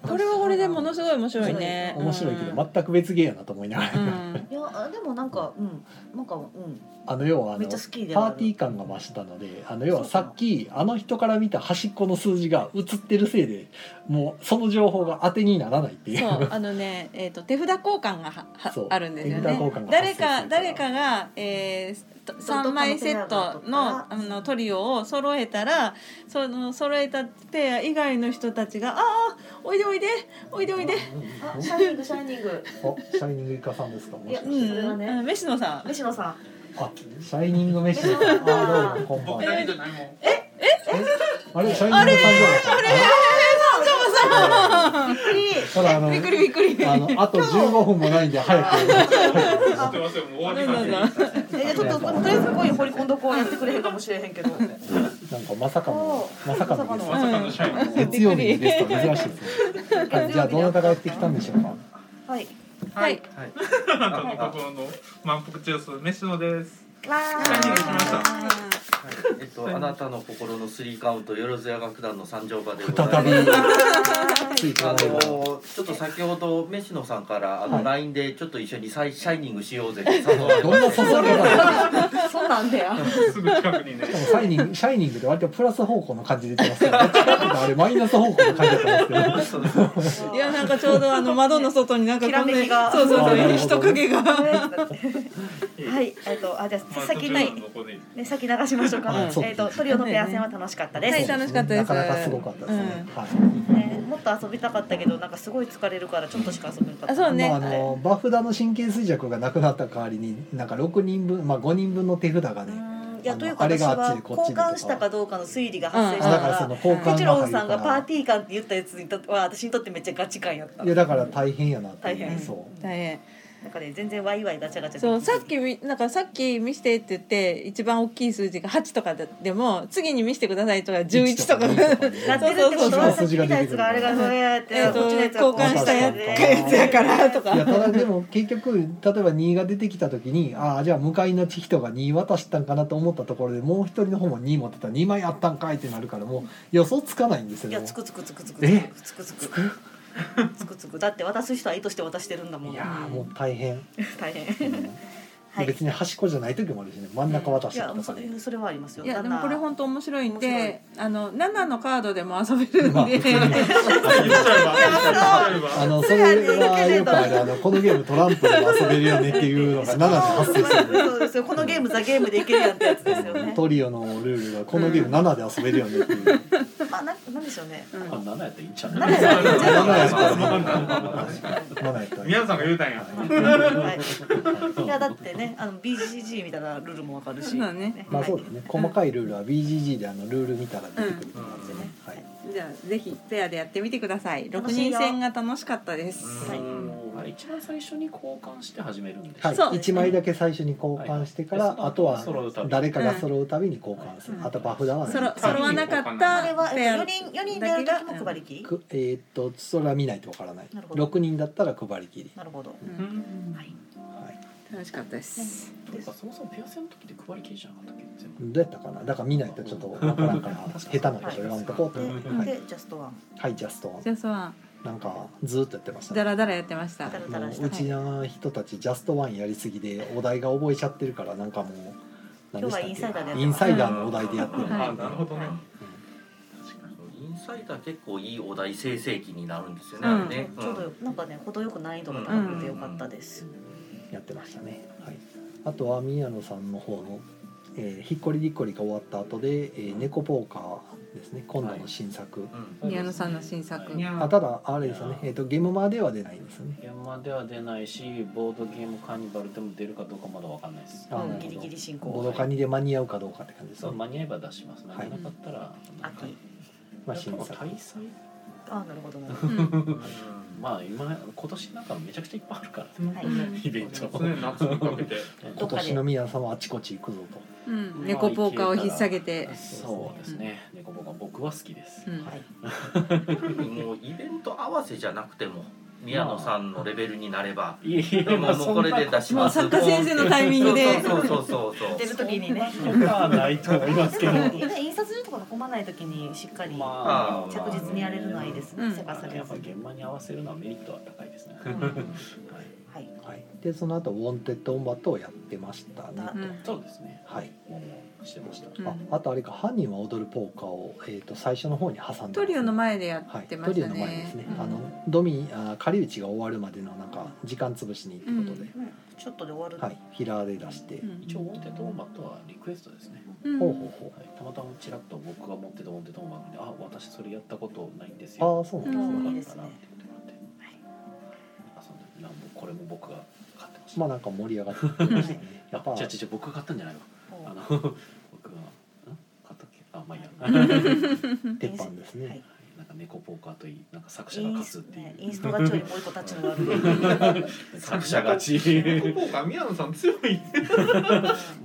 Speaker 3: うん、これはこれでものすごい面白いね
Speaker 2: 面白いけど
Speaker 3: ま
Speaker 2: 全く別ゲーやなと思いながら、
Speaker 3: うん
Speaker 4: いやでもなんかうんなんかうん
Speaker 2: あの要はあ
Speaker 4: めっ
Speaker 2: の
Speaker 4: ちゃ好きで
Speaker 2: パ
Speaker 4: はあ
Speaker 2: ー
Speaker 4: る
Speaker 2: ティー感が増したのであの要はさっきあの人から見た端っこの数字が映ってるせいでもうその情報が当てにならないっていう
Speaker 3: そうあのね、えー、と手札交換がはは
Speaker 2: そう
Speaker 3: あるんですよ
Speaker 2: 手札
Speaker 3: ね
Speaker 2: 交換が発生す
Speaker 3: 誰
Speaker 2: るから
Speaker 3: か誰かが、え3枚セットのあのトリオを揃えたらその揃えたペア以外の人たちが「ああおいでおいでおいでおいで」
Speaker 4: あシャイニングシャイニング
Speaker 2: おシャイニングイカさんですかもしか
Speaker 3: う
Speaker 2: し
Speaker 3: ん
Speaker 2: て
Speaker 4: それはね
Speaker 3: うん、飯野さん
Speaker 4: 飯野さん
Speaker 2: あシャイニングメッシュあどうもこんばんは
Speaker 5: 僕だけじゃないもん。
Speaker 2: あれシャイニングさんじゃないですかあれあ
Speaker 3: びっくりびっくり
Speaker 2: あのあと15分もないんで早く
Speaker 5: 知ってますよ、もう終わりなんで。
Speaker 3: どうぞ
Speaker 4: えちょっととりあえずこういう掘り込んどこうやってくれるかもしれへんけど
Speaker 2: なんかまさかのまさかのゲスト
Speaker 5: まさかの社員。
Speaker 2: 月曜日にゲスト珍しいですね、はい、じゃあどなたがやってきたんでしょうか
Speaker 4: はい
Speaker 3: はい
Speaker 6: はい。
Speaker 5: なんか僕の満腹中枢、飯野です。
Speaker 4: わ
Speaker 5: シャイニングしました
Speaker 6: えっと、あなたの心のスリーカウント、よろずや楽団の参上場でござい
Speaker 2: 再び
Speaker 6: ます。
Speaker 2: ついこ
Speaker 6: あ
Speaker 2: の間
Speaker 6: の、ちょっと先ほど、飯野さんから、
Speaker 2: は
Speaker 6: あの、
Speaker 2: い
Speaker 6: ラインで、ちょっと一緒にサイ、シャイニングしようぜ。って誘われ
Speaker 2: どんな
Speaker 6: まし
Speaker 2: 誘い方
Speaker 4: そうなんだよ
Speaker 5: すぐ近くにね。
Speaker 2: しかもシャイニングシャイニングって割とプラス方向の感じで言ってますけどどっちかっていうとあれマイナス方向の感じだったんですけど
Speaker 3: いやなんかちょうどあの窓の外になんかこんな
Speaker 4: きらめきが
Speaker 3: そうそう
Speaker 2: あーなるほ
Speaker 3: そう人
Speaker 2: ど
Speaker 3: 影が
Speaker 4: はいえっとあじゃあ [LAUGHS] 先ない
Speaker 5: の子に。
Speaker 4: ね先流しましょうか
Speaker 2: あそう
Speaker 4: えっとトリオのペア戦は楽しかった
Speaker 3: は
Speaker 4: で
Speaker 3: い
Speaker 4: す
Speaker 3: 楽しかったです
Speaker 2: なかなかすごかったですね、
Speaker 3: うん
Speaker 2: はい
Speaker 4: ねもっと遊びたかったけどなんかすごい疲れるからちょっとしか遊べなかった
Speaker 3: あそうね
Speaker 2: まあ、あのバフダの神経衰弱がなくなった代わりになんか6人分、まあ、5人分の手札が
Speaker 4: う
Speaker 2: ね、
Speaker 4: ーんいや
Speaker 2: あの
Speaker 4: というか
Speaker 2: あれ
Speaker 4: 私
Speaker 2: があっ
Speaker 4: は
Speaker 2: ちでこっちでと
Speaker 4: 交
Speaker 2: か
Speaker 4: 換したかどうかの推理が発生し
Speaker 3: うん
Speaker 4: た
Speaker 2: だ
Speaker 4: か
Speaker 2: から
Speaker 4: ら
Speaker 2: その交換
Speaker 4: ペ
Speaker 2: が
Speaker 4: チロンさんがパー
Speaker 2: ー
Speaker 4: ティー感って言ったやつにとっては私にとってめっちゃガチ感やった
Speaker 2: いやだから大変やなっていう
Speaker 4: 大変
Speaker 2: そ
Speaker 3: 大変
Speaker 4: なんかね全然ワイワイガチャガチャ
Speaker 3: そうさっきみなんかさっき見せてって言って一番大きい数字が8とかでも次に見せてくださいとか11とか
Speaker 4: [LAUGHS] なってるってこ
Speaker 3: そ
Speaker 4: と
Speaker 3: うそうそう
Speaker 4: はさっき見たやつがあれがそうやって
Speaker 3: [LAUGHS] えっと
Speaker 4: こっちのやつが
Speaker 3: 交換したやつやからと
Speaker 2: うい
Speaker 3: か
Speaker 2: やただでも結局例えば2が出てきた時にああじゃあ向かいの人が2渡したんかなと思ったところでもう一人の方も2持ってたら2枚あったんかいってなるからもう予想つかないんですよ
Speaker 4: い
Speaker 2: ね
Speaker 4: や
Speaker 2: もう
Speaker 4: つくつくつくつくつ
Speaker 2: え
Speaker 4: くつくつくつくつくだって渡す人は意図して渡してるんだもん
Speaker 2: いやーもう大変、
Speaker 4: [LAUGHS] 大変
Speaker 2: うん
Speaker 4: はい
Speaker 2: 別に端っこじゃない時もあるしね真ん中渡
Speaker 4: い
Speaker 2: した
Speaker 4: や
Speaker 2: りとか
Speaker 4: そ
Speaker 2: ね、
Speaker 4: れそれはありますよ
Speaker 3: いやでもこれ本当面白いん
Speaker 4: 面
Speaker 3: であの7のカードでも遊べるん
Speaker 2: まあ
Speaker 3: で
Speaker 2: 普通に
Speaker 5: 言っちゃえば。言っちゃ
Speaker 2: あ
Speaker 5: えば。
Speaker 2: のそれはよくあるあのこのゲームトランプで遊べるよねっていうのが7で発生する
Speaker 4: そうですよこのゲームザゲームでいけるやんってやつですよね
Speaker 2: トリオのルールがこのゲーム7で遊べるよねっていう
Speaker 4: まあななんでしょうね
Speaker 1: あ7やったらいいんちゃう
Speaker 4: なんでしょうね
Speaker 2: 7やったら
Speaker 6: た。
Speaker 2: 7やったら
Speaker 5: 宮野さんが言うたんや。
Speaker 4: はい、いやだってねあの BGG みたいなルールもわかるし、
Speaker 3: そうだね
Speaker 2: まあそうですね細かいルールは BGG であのルール見たら出てくると思うんでね、はい、
Speaker 3: [LAUGHS] じゃあぜひペアでやってみてください6
Speaker 4: 楽し
Speaker 3: 人
Speaker 4: いよ
Speaker 3: 戦が楽しかったです
Speaker 4: はいう
Speaker 1: あれ一番最初に交換して始めるんでしょ
Speaker 2: はい
Speaker 3: そうです
Speaker 2: 1
Speaker 3: ね
Speaker 2: 枚だけ最初に交換してから、
Speaker 1: はい
Speaker 2: あとは
Speaker 1: 揃うたび
Speaker 2: 誰かが揃うたびに交換する、
Speaker 3: うん
Speaker 2: あとバフだは
Speaker 3: そろ
Speaker 2: ね
Speaker 3: 揃わなかっ
Speaker 4: あれは
Speaker 3: た
Speaker 4: え
Speaker 3: ペ
Speaker 4: っと
Speaker 3: ア
Speaker 4: 四人四人でやる時も配り切り、
Speaker 2: くえーっとそれは見ないとわからない
Speaker 4: なるほど
Speaker 2: 6人だったら配りきり、
Speaker 4: なるほど、
Speaker 3: うん
Speaker 5: うん
Speaker 4: はい
Speaker 2: はい、
Speaker 3: 楽しかったです
Speaker 1: なんかそもそもペア戦の時で配り切りじゃなかったっけ全部
Speaker 2: どうやったかなだから見ないとちょっとわからんから下手なこと言わんとこうと、
Speaker 4: で、
Speaker 2: はい
Speaker 4: でジャストワン
Speaker 2: はい、ジャスト
Speaker 3: じゃあそうは
Speaker 2: なんかずーっとやってました
Speaker 3: ダ
Speaker 2: ね。
Speaker 3: ラダラやってました
Speaker 4: ダラ
Speaker 2: も
Speaker 4: ダラし
Speaker 2: うう
Speaker 4: た
Speaker 2: ちの人たちジャストワンやりすぎでお題が覚えちゃってるからなんかもう何でしたっけ
Speaker 4: 今日はインサイダーでやってます
Speaker 2: インサイダーのお題でやってる、
Speaker 3: はい
Speaker 5: あ、なるほどね。
Speaker 6: インサイダー結構いいお題成績になるんですよね。
Speaker 3: うん
Speaker 6: あれね
Speaker 4: ちょうどよなんかね程よく難易度が高くてよかったです、
Speaker 2: やってましたね、はい、あとは宮野さんの方の、えーひっこりりっこり」が終わった後で「えー猫ポーカー」ですね今度の新作、
Speaker 6: うん
Speaker 3: 宮野さんの新作
Speaker 1: はい
Speaker 2: あただあれですよね、えー、とゲームマーでは出ないんですよね
Speaker 1: 現場では出ないしボードゲームカーニバルでも出るかどうかまだわかんないです
Speaker 2: あの
Speaker 4: うんギリギリ進
Speaker 2: ボ
Speaker 4: 行
Speaker 2: ドカニで間に合うかどうかって感じです
Speaker 1: そう
Speaker 2: ね、
Speaker 1: 間に合えば出します間に合わなかったら、なんか
Speaker 4: 秋
Speaker 2: まあ、新作
Speaker 1: 大祭
Speaker 4: あなるほどなるほ
Speaker 3: う
Speaker 4: ど
Speaker 3: ん
Speaker 1: まあ今今年なんかめちゃくちゃいっぱいあるからね
Speaker 4: は
Speaker 3: う
Speaker 4: い
Speaker 3: ん
Speaker 1: イベント
Speaker 5: 常に夏にかけ
Speaker 6: [LAUGHS]
Speaker 5: て。
Speaker 2: 今年の宮野さんはあちこち行くぞと
Speaker 3: うん猫ポーカーを引っ提げて
Speaker 1: そうですね猫僕は僕は好きです
Speaker 3: うん
Speaker 6: もうイベント合わせじゃなくても宮野さんのレベルになれば、
Speaker 1: いやい
Speaker 6: で
Speaker 1: や
Speaker 6: ももうこれで出し
Speaker 3: もう
Speaker 6: ます。
Speaker 3: 作家先生のタイミングで
Speaker 6: そうそうそうそう
Speaker 4: 出
Speaker 6: そう。
Speaker 4: るときにね。
Speaker 1: そんなことはないと思いますけ
Speaker 4: で
Speaker 1: ど
Speaker 4: も今印刷所とかが困らないときにしっかり
Speaker 1: ま
Speaker 6: あ
Speaker 4: 着実にやれるのはいいですね。
Speaker 3: うん
Speaker 4: セバさん
Speaker 1: やっぱ
Speaker 4: は
Speaker 1: 現場に合わせるのはメリットは高いですね、はい、
Speaker 4: い。
Speaker 2: はい、でその後ウォンテッド・オンバットをやってましたね
Speaker 4: だ
Speaker 3: うん
Speaker 1: そうですね
Speaker 2: はい
Speaker 1: もうしてました、
Speaker 3: うん
Speaker 2: ああとあれか犯人は踊るポーカーを、えー、と最初の方に挟んでます
Speaker 3: トリオの前でや
Speaker 2: はい、
Speaker 3: ってま
Speaker 2: ト
Speaker 3: し
Speaker 2: リオ
Speaker 3: た
Speaker 2: の前です
Speaker 3: ね
Speaker 2: ね、
Speaker 3: うん
Speaker 2: あのドミあ狩り討ちが終わるまでのなんか時間潰しにってことで、
Speaker 4: うんちょっとで終わ
Speaker 2: は
Speaker 4: る。
Speaker 2: いフィラーで出して、
Speaker 1: 一応ウォンテッドオーマットはリクエストですね、
Speaker 3: うん
Speaker 2: ほうほうほ
Speaker 1: はい、たまたまちらっと僕が持ってたウォンテッドオーマットであ私それやったことないんです
Speaker 2: うあ
Speaker 1: よ
Speaker 2: あそうな
Speaker 1: あ
Speaker 2: んですね、
Speaker 3: うん
Speaker 1: いい
Speaker 4: いい
Speaker 1: で
Speaker 4: ですす
Speaker 1: ね
Speaker 4: ね
Speaker 1: あその時なんぼこれも僕が買ってました、
Speaker 2: まあなんか盛り上がってましたねやっぱ
Speaker 1: じゃあじゃ僕が買ったんじゃないわあの [LAUGHS] 僕がん買ったっけあまあいいや [LAUGHS]
Speaker 2: 鉄板ですね、
Speaker 4: はい
Speaker 1: なんか猫ポーカーといいなんか作者
Speaker 4: イ
Speaker 1: が
Speaker 4: ン
Speaker 1: 勝
Speaker 4: ス
Speaker 1: つって
Speaker 4: ね
Speaker 1: い
Speaker 4: イ
Speaker 1: う
Speaker 4: ンストがちょいもう一個立ちのがある。
Speaker 1: 作者
Speaker 3: [LAUGHS]
Speaker 1: 勝ち
Speaker 5: ここが宮野さん強い [LAUGHS] ね。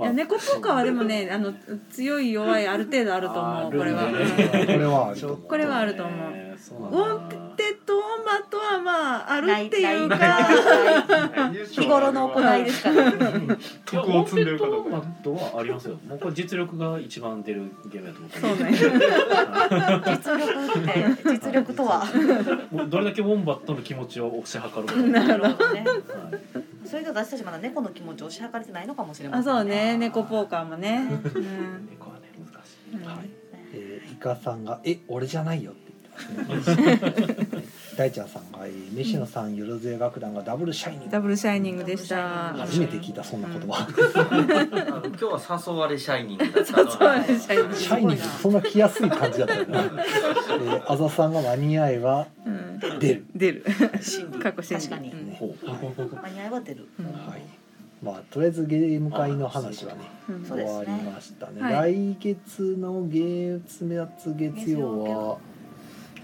Speaker 3: いや猫ポーカーはでもねあの強い弱いある程度あると思うこれは。
Speaker 1: あ
Speaker 3: うん
Speaker 1: る
Speaker 3: ウ
Speaker 1: ね
Speaker 2: これはあると思う
Speaker 3: これはあると思う
Speaker 1: ねそうなんだな
Speaker 3: ォンテッドオンバットはまあある
Speaker 4: な
Speaker 3: っていう
Speaker 4: な
Speaker 3: か。
Speaker 4: ない日頃の行いですから。
Speaker 1: いや
Speaker 5: 徳を積んでるかどう
Speaker 1: ウォン
Speaker 5: か
Speaker 1: テ。ッドオーマットはありますよもうこれ実力が一番出るゲームやと思って
Speaker 3: そうね。
Speaker 4: 実力って実力と [LAUGHS] は。
Speaker 1: [LAUGHS] もうどれだけウォンバットの気持ちを推し量るか、はい、
Speaker 4: なるほどね。それで私たちまだ猫の気持ちを推し量れてないのかもしれませ
Speaker 3: あ
Speaker 4: んね。
Speaker 3: そうね猫ポーカーもね。うん
Speaker 1: 猫はね難し
Speaker 3: うん
Speaker 1: い、はい
Speaker 2: えーイカさんが「え俺じゃないよ」って
Speaker 3: [LAUGHS]
Speaker 2: 言ってますね大ちゃんさんがえー「飯野さんよろずや楽団がダブルシャイニング
Speaker 3: ダブルシャイニングでした。
Speaker 2: 初めて聞いたそんな言葉、
Speaker 6: あの今日は誘われシャイニングだったの。
Speaker 3: 誘われシャイニング
Speaker 2: シャイニングってそんな着やすい感じだったよな、えー、あざさんが「間に合えば
Speaker 3: うん
Speaker 2: 出る
Speaker 3: 出る。
Speaker 4: 真理
Speaker 3: 過去真理
Speaker 4: 確かに。
Speaker 3: う」ん
Speaker 2: ね、
Speaker 1: ほう、
Speaker 4: 間に合えば出る。
Speaker 3: うん
Speaker 2: はいまあとりあえずゲーム会の話はね
Speaker 3: うん
Speaker 4: そうで
Speaker 2: 終
Speaker 4: す
Speaker 2: わりましたね、
Speaker 3: は
Speaker 2: 来月の月末月曜は
Speaker 3: [LAUGHS]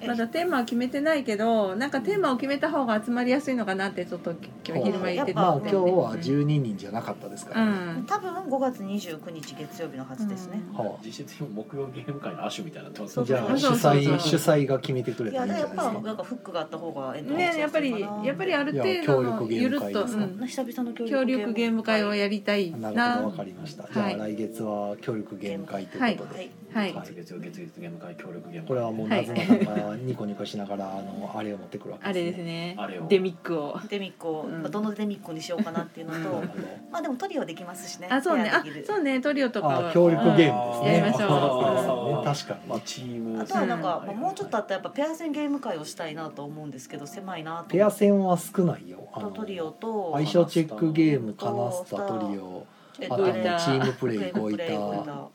Speaker 3: まだテーマは決めてないけどなんかテーマを決めた方が集まりやすいのかなってちょっと今日昼間言ってた
Speaker 2: まあ
Speaker 3: ん
Speaker 2: 今
Speaker 3: で
Speaker 2: 日は12人じゃなかったですか
Speaker 3: う
Speaker 2: ら、ね
Speaker 3: ん
Speaker 4: 多分5月29日月曜日のはずですね。
Speaker 2: はあ
Speaker 1: 実質今木曜ゲーム会の亜種みたいになってます
Speaker 3: そう
Speaker 2: じゃあ主
Speaker 3: そうそう
Speaker 2: 催主催が決めてくれ
Speaker 4: い
Speaker 2: たら
Speaker 4: や
Speaker 2: いいんじ
Speaker 4: や
Speaker 2: ゃ
Speaker 4: っ
Speaker 2: ない
Speaker 4: ぱ
Speaker 2: です
Speaker 4: なんかフックがあった方がえっと
Speaker 3: ねやっぱりやっぱりある
Speaker 2: いや協
Speaker 3: 程度
Speaker 2: 力
Speaker 3: の
Speaker 2: ゲー
Speaker 3: ゆ
Speaker 2: ム
Speaker 3: る
Speaker 2: 会
Speaker 3: っ
Speaker 2: で
Speaker 3: と、
Speaker 2: す
Speaker 3: う
Speaker 2: か
Speaker 3: ん、
Speaker 4: 久々の協
Speaker 3: 協力ゲーム会をやりたい
Speaker 2: か。
Speaker 3: な
Speaker 2: なるほどわかりました。じゃあ
Speaker 3: はい
Speaker 2: 来月は協力ゲーム会ということで、
Speaker 4: はい。
Speaker 3: はい
Speaker 2: はい
Speaker 1: 月曜月月ゲーム会協力ゲーム会
Speaker 2: これはもう
Speaker 3: はい
Speaker 2: 夏野さんがニコニコしながらあのあれを持ってくるわけ
Speaker 3: あれ
Speaker 2: で
Speaker 3: ですす
Speaker 2: ね。
Speaker 3: ね
Speaker 1: あれを
Speaker 3: デミックを
Speaker 4: デミックを、
Speaker 3: うん
Speaker 4: まあどのデミックにしようかなっていうのと
Speaker 2: なる、ほど
Speaker 4: [LAUGHS] まあでもトリオできますしね。
Speaker 3: あそうね
Speaker 4: ペア
Speaker 3: あ
Speaker 4: できる
Speaker 3: そうねトリオとか
Speaker 2: あ
Speaker 3: は
Speaker 2: 協力ゲ
Speaker 3: うん
Speaker 2: ームですね。
Speaker 3: やりましょう
Speaker 2: あそうですね確か
Speaker 1: まあ
Speaker 2: に。
Speaker 1: チーム
Speaker 4: あとはなんか、
Speaker 1: うん
Speaker 4: まあもうちょっとあったらやっぱペア戦ゲーム会をしたいなと思うんですけど狭いなと。
Speaker 2: ペア戦は少ないよ。あ
Speaker 4: と
Speaker 2: の
Speaker 4: トリオと
Speaker 2: 相性チェックゲームカナスタトリオ、
Speaker 4: えっ
Speaker 2: あ
Speaker 4: と
Speaker 2: とチ
Speaker 3: ゴイタ
Speaker 2: ームプレイ
Speaker 4: ゴ
Speaker 2: ゴイ
Speaker 4: イ
Speaker 2: タ
Speaker 4: タ、
Speaker 2: ー、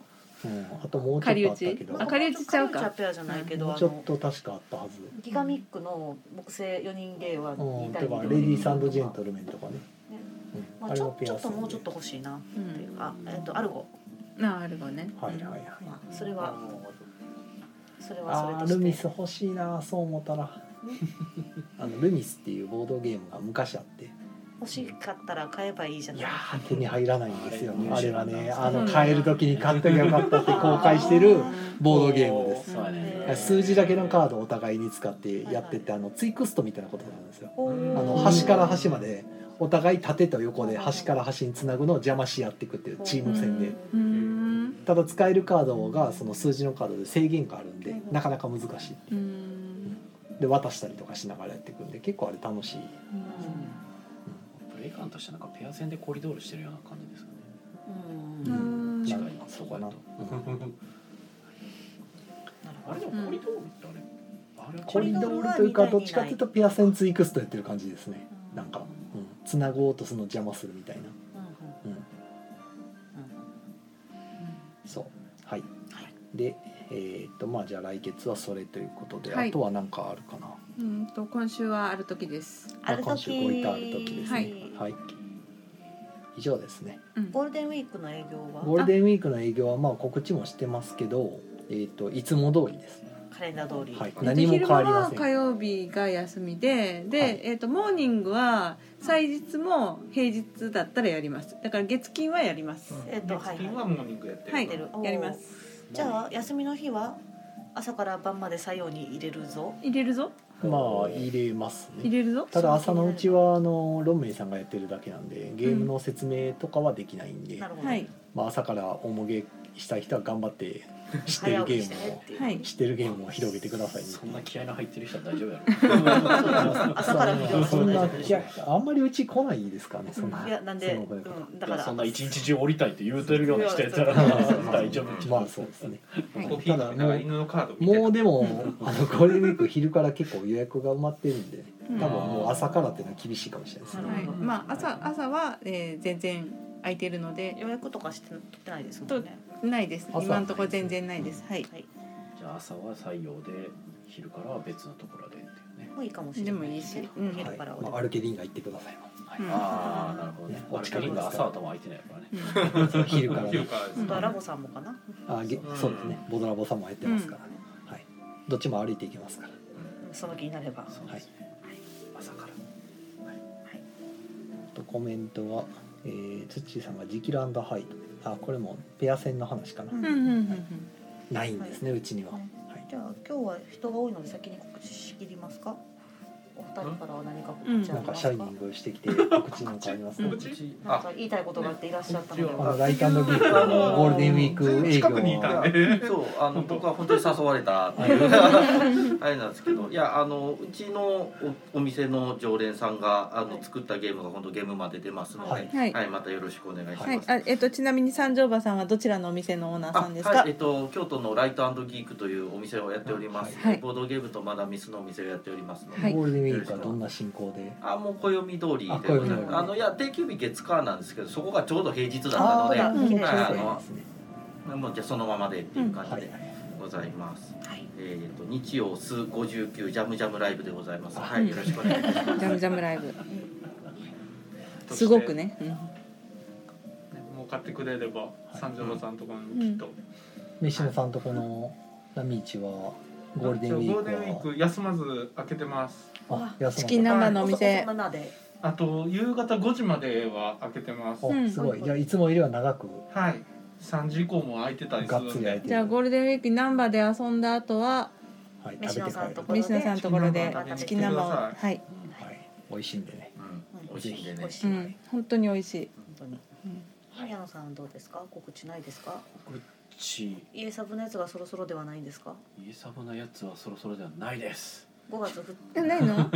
Speaker 2: うん、あともうちょっと
Speaker 3: 狩り
Speaker 2: あっ
Speaker 3: 討
Speaker 2: たけ
Speaker 3: ち
Speaker 2: ど
Speaker 3: あ。狩り打ちちゃうか
Speaker 4: 狩り打ちはペアじゃないけど、
Speaker 2: もう
Speaker 4: あ
Speaker 2: ちょ
Speaker 4: の
Speaker 2: っと確かあったはず。
Speaker 4: ギガミックの木製四人芸は
Speaker 2: うん、
Speaker 4: 二
Speaker 2: だ
Speaker 4: 対
Speaker 2: から
Speaker 4: 二
Speaker 2: レ
Speaker 4: で
Speaker 2: ディーサンドジェントルメンとかね。うん
Speaker 4: ま
Speaker 2: あ
Speaker 4: あ
Speaker 2: れ
Speaker 4: ち
Speaker 2: も
Speaker 4: ょ
Speaker 2: ペ
Speaker 4: ちょ
Speaker 2: ア
Speaker 4: っと
Speaker 2: 戦
Speaker 4: もうちょっと欲しいな
Speaker 3: う
Speaker 4: ってい
Speaker 3: ん
Speaker 4: うあえっとアルゴ
Speaker 3: なあるごね
Speaker 2: はいはいはい。
Speaker 4: まあそれはそれは
Speaker 2: あー
Speaker 4: そ
Speaker 2: ル
Speaker 4: れ
Speaker 2: ミ
Speaker 4: とし
Speaker 2: ス
Speaker 4: て
Speaker 2: 欲しいなそう思ったら [LAUGHS] あのルミスっていうボードゲームが昔あって
Speaker 4: 欲しかったら買えばいいじゃ
Speaker 2: い
Speaker 4: ない
Speaker 2: やー手に入らないんですよあ
Speaker 1: あ
Speaker 2: れ
Speaker 1: れ
Speaker 2: はねあ
Speaker 3: そうなん
Speaker 2: の
Speaker 3: だ
Speaker 2: 買える時に買っときゃよかったって後悔してるボードゲームです
Speaker 1: そうやね
Speaker 4: うん
Speaker 2: 数字だけのカードをお互いに使ってやっててあのツイクストみたいなことなんですよ
Speaker 4: お
Speaker 2: あ
Speaker 4: ー
Speaker 2: の端から端までお互い縦と横で端から端につなぐのを邪魔し合っていくっていうチーム戦で
Speaker 3: うーん
Speaker 2: ただ使えるカードがその数字のカードで制限があるんでなかなか難しいう
Speaker 3: ーん
Speaker 2: で渡したりとかしながらやっていくんで結構あれ楽しい
Speaker 1: プレイ感としてなんかペア戦でコリドールしてるような感じですよね
Speaker 4: うん
Speaker 3: うーん
Speaker 1: 近い
Speaker 2: なんか
Speaker 1: そこやと
Speaker 2: そうか
Speaker 4: なるほ
Speaker 1: あ
Speaker 4: ど
Speaker 1: れでもコリドールってあれあれ
Speaker 2: コリドールというかどっちかというとピアセンツイクストやってる感じですね
Speaker 4: うん
Speaker 2: なんか、うん、つなごうとその邪魔するみたいな
Speaker 4: うん
Speaker 2: うんそうはい、
Speaker 4: い
Speaker 2: でえーっとまあじゃあ来月はそれということで、
Speaker 3: はい
Speaker 2: あとは何かあるかな
Speaker 3: うーんと今週はある時です
Speaker 4: ある
Speaker 2: ま今週こういったある時ですねは、
Speaker 4: はい
Speaker 2: 以上ですね
Speaker 3: うん
Speaker 4: ゴールデンウィークの営業
Speaker 2: ゴー
Speaker 4: は
Speaker 2: ルデンウィークの営業はまあ告知もしてますけどえーっといつも通りです、
Speaker 4: カレンダー通り、
Speaker 2: はい、
Speaker 3: えっと
Speaker 2: 何も変わりま
Speaker 3: 昼
Speaker 2: せ
Speaker 3: 間は火
Speaker 2: ん
Speaker 3: 曜日が休みでで、
Speaker 2: はい
Speaker 3: えっとモーニングは祭日も平日だったらやりますだから月金はやります、
Speaker 4: えっとはい
Speaker 5: スピンはモーニングやってる。
Speaker 3: はい
Speaker 4: やってる
Speaker 3: やります
Speaker 4: じゃあ休みの日は朝から晩まで作用に入れるぞ
Speaker 3: 入れるぞ
Speaker 2: まあ入れますね
Speaker 3: 入れるぞ
Speaker 2: ただ朝のうちはあのロンメイさんがやってるだけなんでゲームの説明とかはできないんで、
Speaker 4: なるほど。
Speaker 3: はい
Speaker 2: まあ、朝から重げしたい人は頑張って知ってるゲームを
Speaker 4: て
Speaker 3: はい
Speaker 2: 知ってるゲームを広げてくださいね
Speaker 1: そんな気合いの入ってる人は大丈夫やろ
Speaker 2: [LAUGHS]
Speaker 4: 朝から見ても
Speaker 2: そん
Speaker 4: 大
Speaker 2: な
Speaker 4: 丈夫
Speaker 2: いやあんまりうち来ないですかねそんな。
Speaker 4: いやなんで、
Speaker 2: その方が
Speaker 4: うん、だから
Speaker 1: そんな一日中降りたいって言うてるような人やっ
Speaker 2: [LAUGHS]
Speaker 1: たら大丈夫
Speaker 2: まあそうですね。
Speaker 5: コーヒー飲みながら犬のカード見
Speaker 2: もう
Speaker 5: て
Speaker 2: でもあのゴールデンウィーク昼から結構予約が埋まってるんで、
Speaker 3: うん
Speaker 2: 多分もう朝からっていうのは厳しいかもしれないですね。
Speaker 3: はいまあ朝朝は、えー全然空いてるので
Speaker 4: 予約とかして取ってないですもんね。
Speaker 3: ないです
Speaker 2: 朝は
Speaker 3: 今のところ全然ないですはい
Speaker 4: はい。
Speaker 1: じゃあ朝は採用で昼からは別のところでっていうね
Speaker 4: もういいかもしれない。
Speaker 3: でもいいしうん
Speaker 4: 見えるから
Speaker 2: はいまあ、アルケリンが行ってください。
Speaker 1: はい
Speaker 3: うん
Speaker 1: ああなるほどね
Speaker 2: お
Speaker 1: お
Speaker 2: 近く
Speaker 1: 近く
Speaker 2: ですから
Speaker 1: が朝は頭空いてないからね
Speaker 3: うん
Speaker 2: 昼から、
Speaker 5: 昼
Speaker 2: ね、
Speaker 5: からです
Speaker 4: あとはラボさんもかな。
Speaker 2: あげそうですね。ボドラボさんもやってますからね。はい。どっちも歩いていけますから。
Speaker 4: うんその気になれば。
Speaker 1: そうですね朝から
Speaker 2: とコメントは、えー、ツッチーさんがジキルハイド。あこれもペア戦の話かな。
Speaker 4: うん
Speaker 3: うんうんうんうん
Speaker 2: ないんですね、うちには。は
Speaker 4: は
Speaker 2: い。
Speaker 4: いじゃあ今日は人が多いので先に告知しきりますか。お二人からは何か告知あ
Speaker 2: なん
Speaker 4: り
Speaker 2: か
Speaker 4: ます
Speaker 2: シ
Speaker 4: か。
Speaker 2: ャイニングしてきて告知なんかありますね。
Speaker 5: 告知
Speaker 4: なんか言いたいことがあっていらっしゃったので
Speaker 2: あのライトビークのゴールデンウィーク営業
Speaker 5: 近くにいた
Speaker 2: は
Speaker 5: んで
Speaker 6: そうあの僕は本当に誘われたっていう [LAUGHS] あれなんですけどいやあのうちのおお店の常連さんがあの作ったゲームが本当ゲームまで出ますので、
Speaker 2: は
Speaker 6: はいい
Speaker 3: はい
Speaker 6: またよろしくお願いします。
Speaker 3: はい、あえっとちなみに三条馬さんはどちらのお店のオーナー
Speaker 6: あ
Speaker 3: さんですか、
Speaker 6: はい、えっと京都のライトギークというお店をやっております、
Speaker 3: はい
Speaker 6: ボードゲームとマダミスのお店をやっておりますので、
Speaker 3: はい
Speaker 2: ゴールデンウィークはどんな進行で。
Speaker 6: あもう暦通りで
Speaker 2: あ
Speaker 6: ございます
Speaker 2: 暦通り
Speaker 6: あのいや定休日月火なんですけどそこがちょうど平日だった
Speaker 2: あ
Speaker 6: の
Speaker 2: あー、
Speaker 6: で
Speaker 2: なるほど。
Speaker 4: う
Speaker 2: そう
Speaker 4: ん
Speaker 6: はい
Speaker 2: なん
Speaker 6: あ
Speaker 2: ですね。
Speaker 6: のもうじゃあそのままでっていう感
Speaker 2: は
Speaker 6: じ
Speaker 2: い
Speaker 6: で。ございます、
Speaker 4: はい。
Speaker 6: えっ、と日曜数59ジャムジャムライブでございますは
Speaker 3: うん
Speaker 6: いよろしくお願いします
Speaker 3: ジャムジャム
Speaker 2: [LAUGHS]
Speaker 3: ライブ
Speaker 6: そして
Speaker 3: すごくね、うん
Speaker 5: もう買ってくれれば三条さんのところにもきっと
Speaker 2: 西野さんとこの波市はゴールデンウィ
Speaker 5: ゴールデンウ
Speaker 2: ー
Speaker 5: ィ
Speaker 2: ク
Speaker 5: ーク休まず開けてます
Speaker 2: はあ安
Speaker 3: チキン南蛮のお店
Speaker 4: そんなで。
Speaker 5: あと夕方5時までは開けてます
Speaker 2: お
Speaker 3: うん
Speaker 2: すごいじゃあいつもよりは長く
Speaker 5: はい3時以降も開いてたりす
Speaker 2: がっ
Speaker 5: る
Speaker 2: つ
Speaker 5: ん
Speaker 2: り開い
Speaker 5: で
Speaker 2: て
Speaker 3: じゃあゴールデンウィークナンバーで遊んだ後は
Speaker 2: はい、
Speaker 4: 飯
Speaker 2: 食べ
Speaker 4: 野
Speaker 2: て帰
Speaker 4: さん
Speaker 2: る
Speaker 4: とこ
Speaker 3: 西野さんのところでチキ
Speaker 4: チキ
Speaker 3: ン
Speaker 4: ン
Speaker 3: ナ
Speaker 5: 南
Speaker 3: ン
Speaker 5: 蛮
Speaker 3: バーをはい、
Speaker 2: はい、美味しいんでね
Speaker 6: うん、美味しいんでね
Speaker 4: 美味し
Speaker 3: う
Speaker 4: い
Speaker 3: ん、本当に美味しい、
Speaker 4: 本当に。
Speaker 3: うん
Speaker 4: 宮野さんどうですか。告知ないですか。
Speaker 1: ち
Speaker 4: 家サブのやつがそろそろではないんですか。
Speaker 1: 家サブのやつはそろそろではないです
Speaker 4: 5月ふ
Speaker 3: えないの、
Speaker 2: ない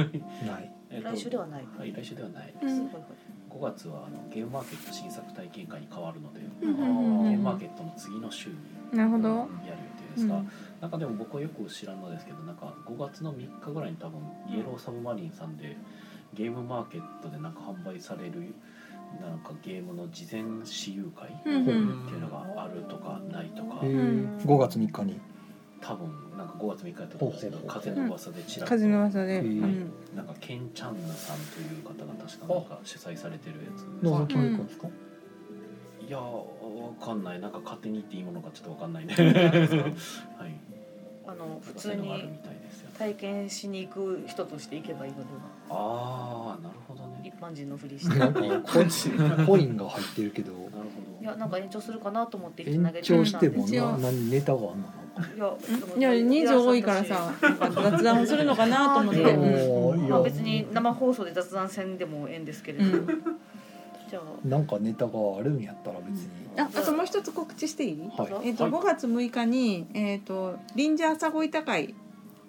Speaker 1: えっと
Speaker 4: 来週ではない。
Speaker 1: はい来週ではない
Speaker 3: うん
Speaker 4: すご
Speaker 1: 5
Speaker 4: い
Speaker 1: 月はあのゲームマーケット新作体験会に変わるので
Speaker 3: う
Speaker 1: ゲ
Speaker 3: んうんうんうん
Speaker 1: ームマーケットの次の週に
Speaker 3: [LAUGHS] なるほど、
Speaker 1: やる予定ですが、
Speaker 3: うん
Speaker 1: なんかでも僕はよく知らんのですけどなんか5月の3日ぐらいに多分イエローサブマリンさんでゲームマーケットでなんか販売されるなんかゲームの事前私有会って
Speaker 3: う
Speaker 1: い
Speaker 3: んうん
Speaker 1: うのがあるとかないとか
Speaker 2: へえ
Speaker 3: ん
Speaker 2: 5月3日に
Speaker 1: 多分なんか5月3日やったと思うんですけど
Speaker 2: ほうほう
Speaker 1: 風の噂でちらっと
Speaker 3: 風の噂で、
Speaker 2: う
Speaker 3: うんん、
Speaker 1: なんかケンチャンヌさんという方が確かなんか主催されてるやつ
Speaker 2: 農業教育ですか、
Speaker 1: いやーわかんないなんか勝手に言っていいものかちょっとわかんない [LAUGHS] ねはい
Speaker 4: あの普
Speaker 1: そうい
Speaker 4: 通
Speaker 1: うのがある
Speaker 4: に
Speaker 1: みたいですよ
Speaker 4: 体験しに行く人として行けばいいのでは
Speaker 1: ああなるほどね
Speaker 4: 一般人のふりし
Speaker 2: [LAUGHS]
Speaker 4: て。
Speaker 2: なんか
Speaker 4: い
Speaker 2: コイン
Speaker 1: [LAUGHS]
Speaker 2: コインが入ってるけど
Speaker 1: なるほど
Speaker 4: やなんか延長するかなと思って投
Speaker 2: 延
Speaker 4: げて
Speaker 2: 長
Speaker 4: み
Speaker 2: した
Speaker 4: ん
Speaker 2: て
Speaker 4: で
Speaker 2: も
Speaker 3: 一応
Speaker 2: な何ネタがあんの
Speaker 4: いや
Speaker 3: いや人数多いからさなんか雑談をするのかなと思っ
Speaker 2: い
Speaker 3: て、
Speaker 2: や
Speaker 3: うん
Speaker 2: もうい
Speaker 4: まあ、
Speaker 2: や
Speaker 4: 別に生放送で雑談せんでもええんですけれど、
Speaker 3: う
Speaker 4: じゃあ
Speaker 2: なんかネタがあるんやったら別に、
Speaker 3: ああともう一つ告知していい、
Speaker 2: はい
Speaker 4: はい
Speaker 3: えっと
Speaker 2: はい
Speaker 3: 5月6日に、えっと臨時朝ごいた会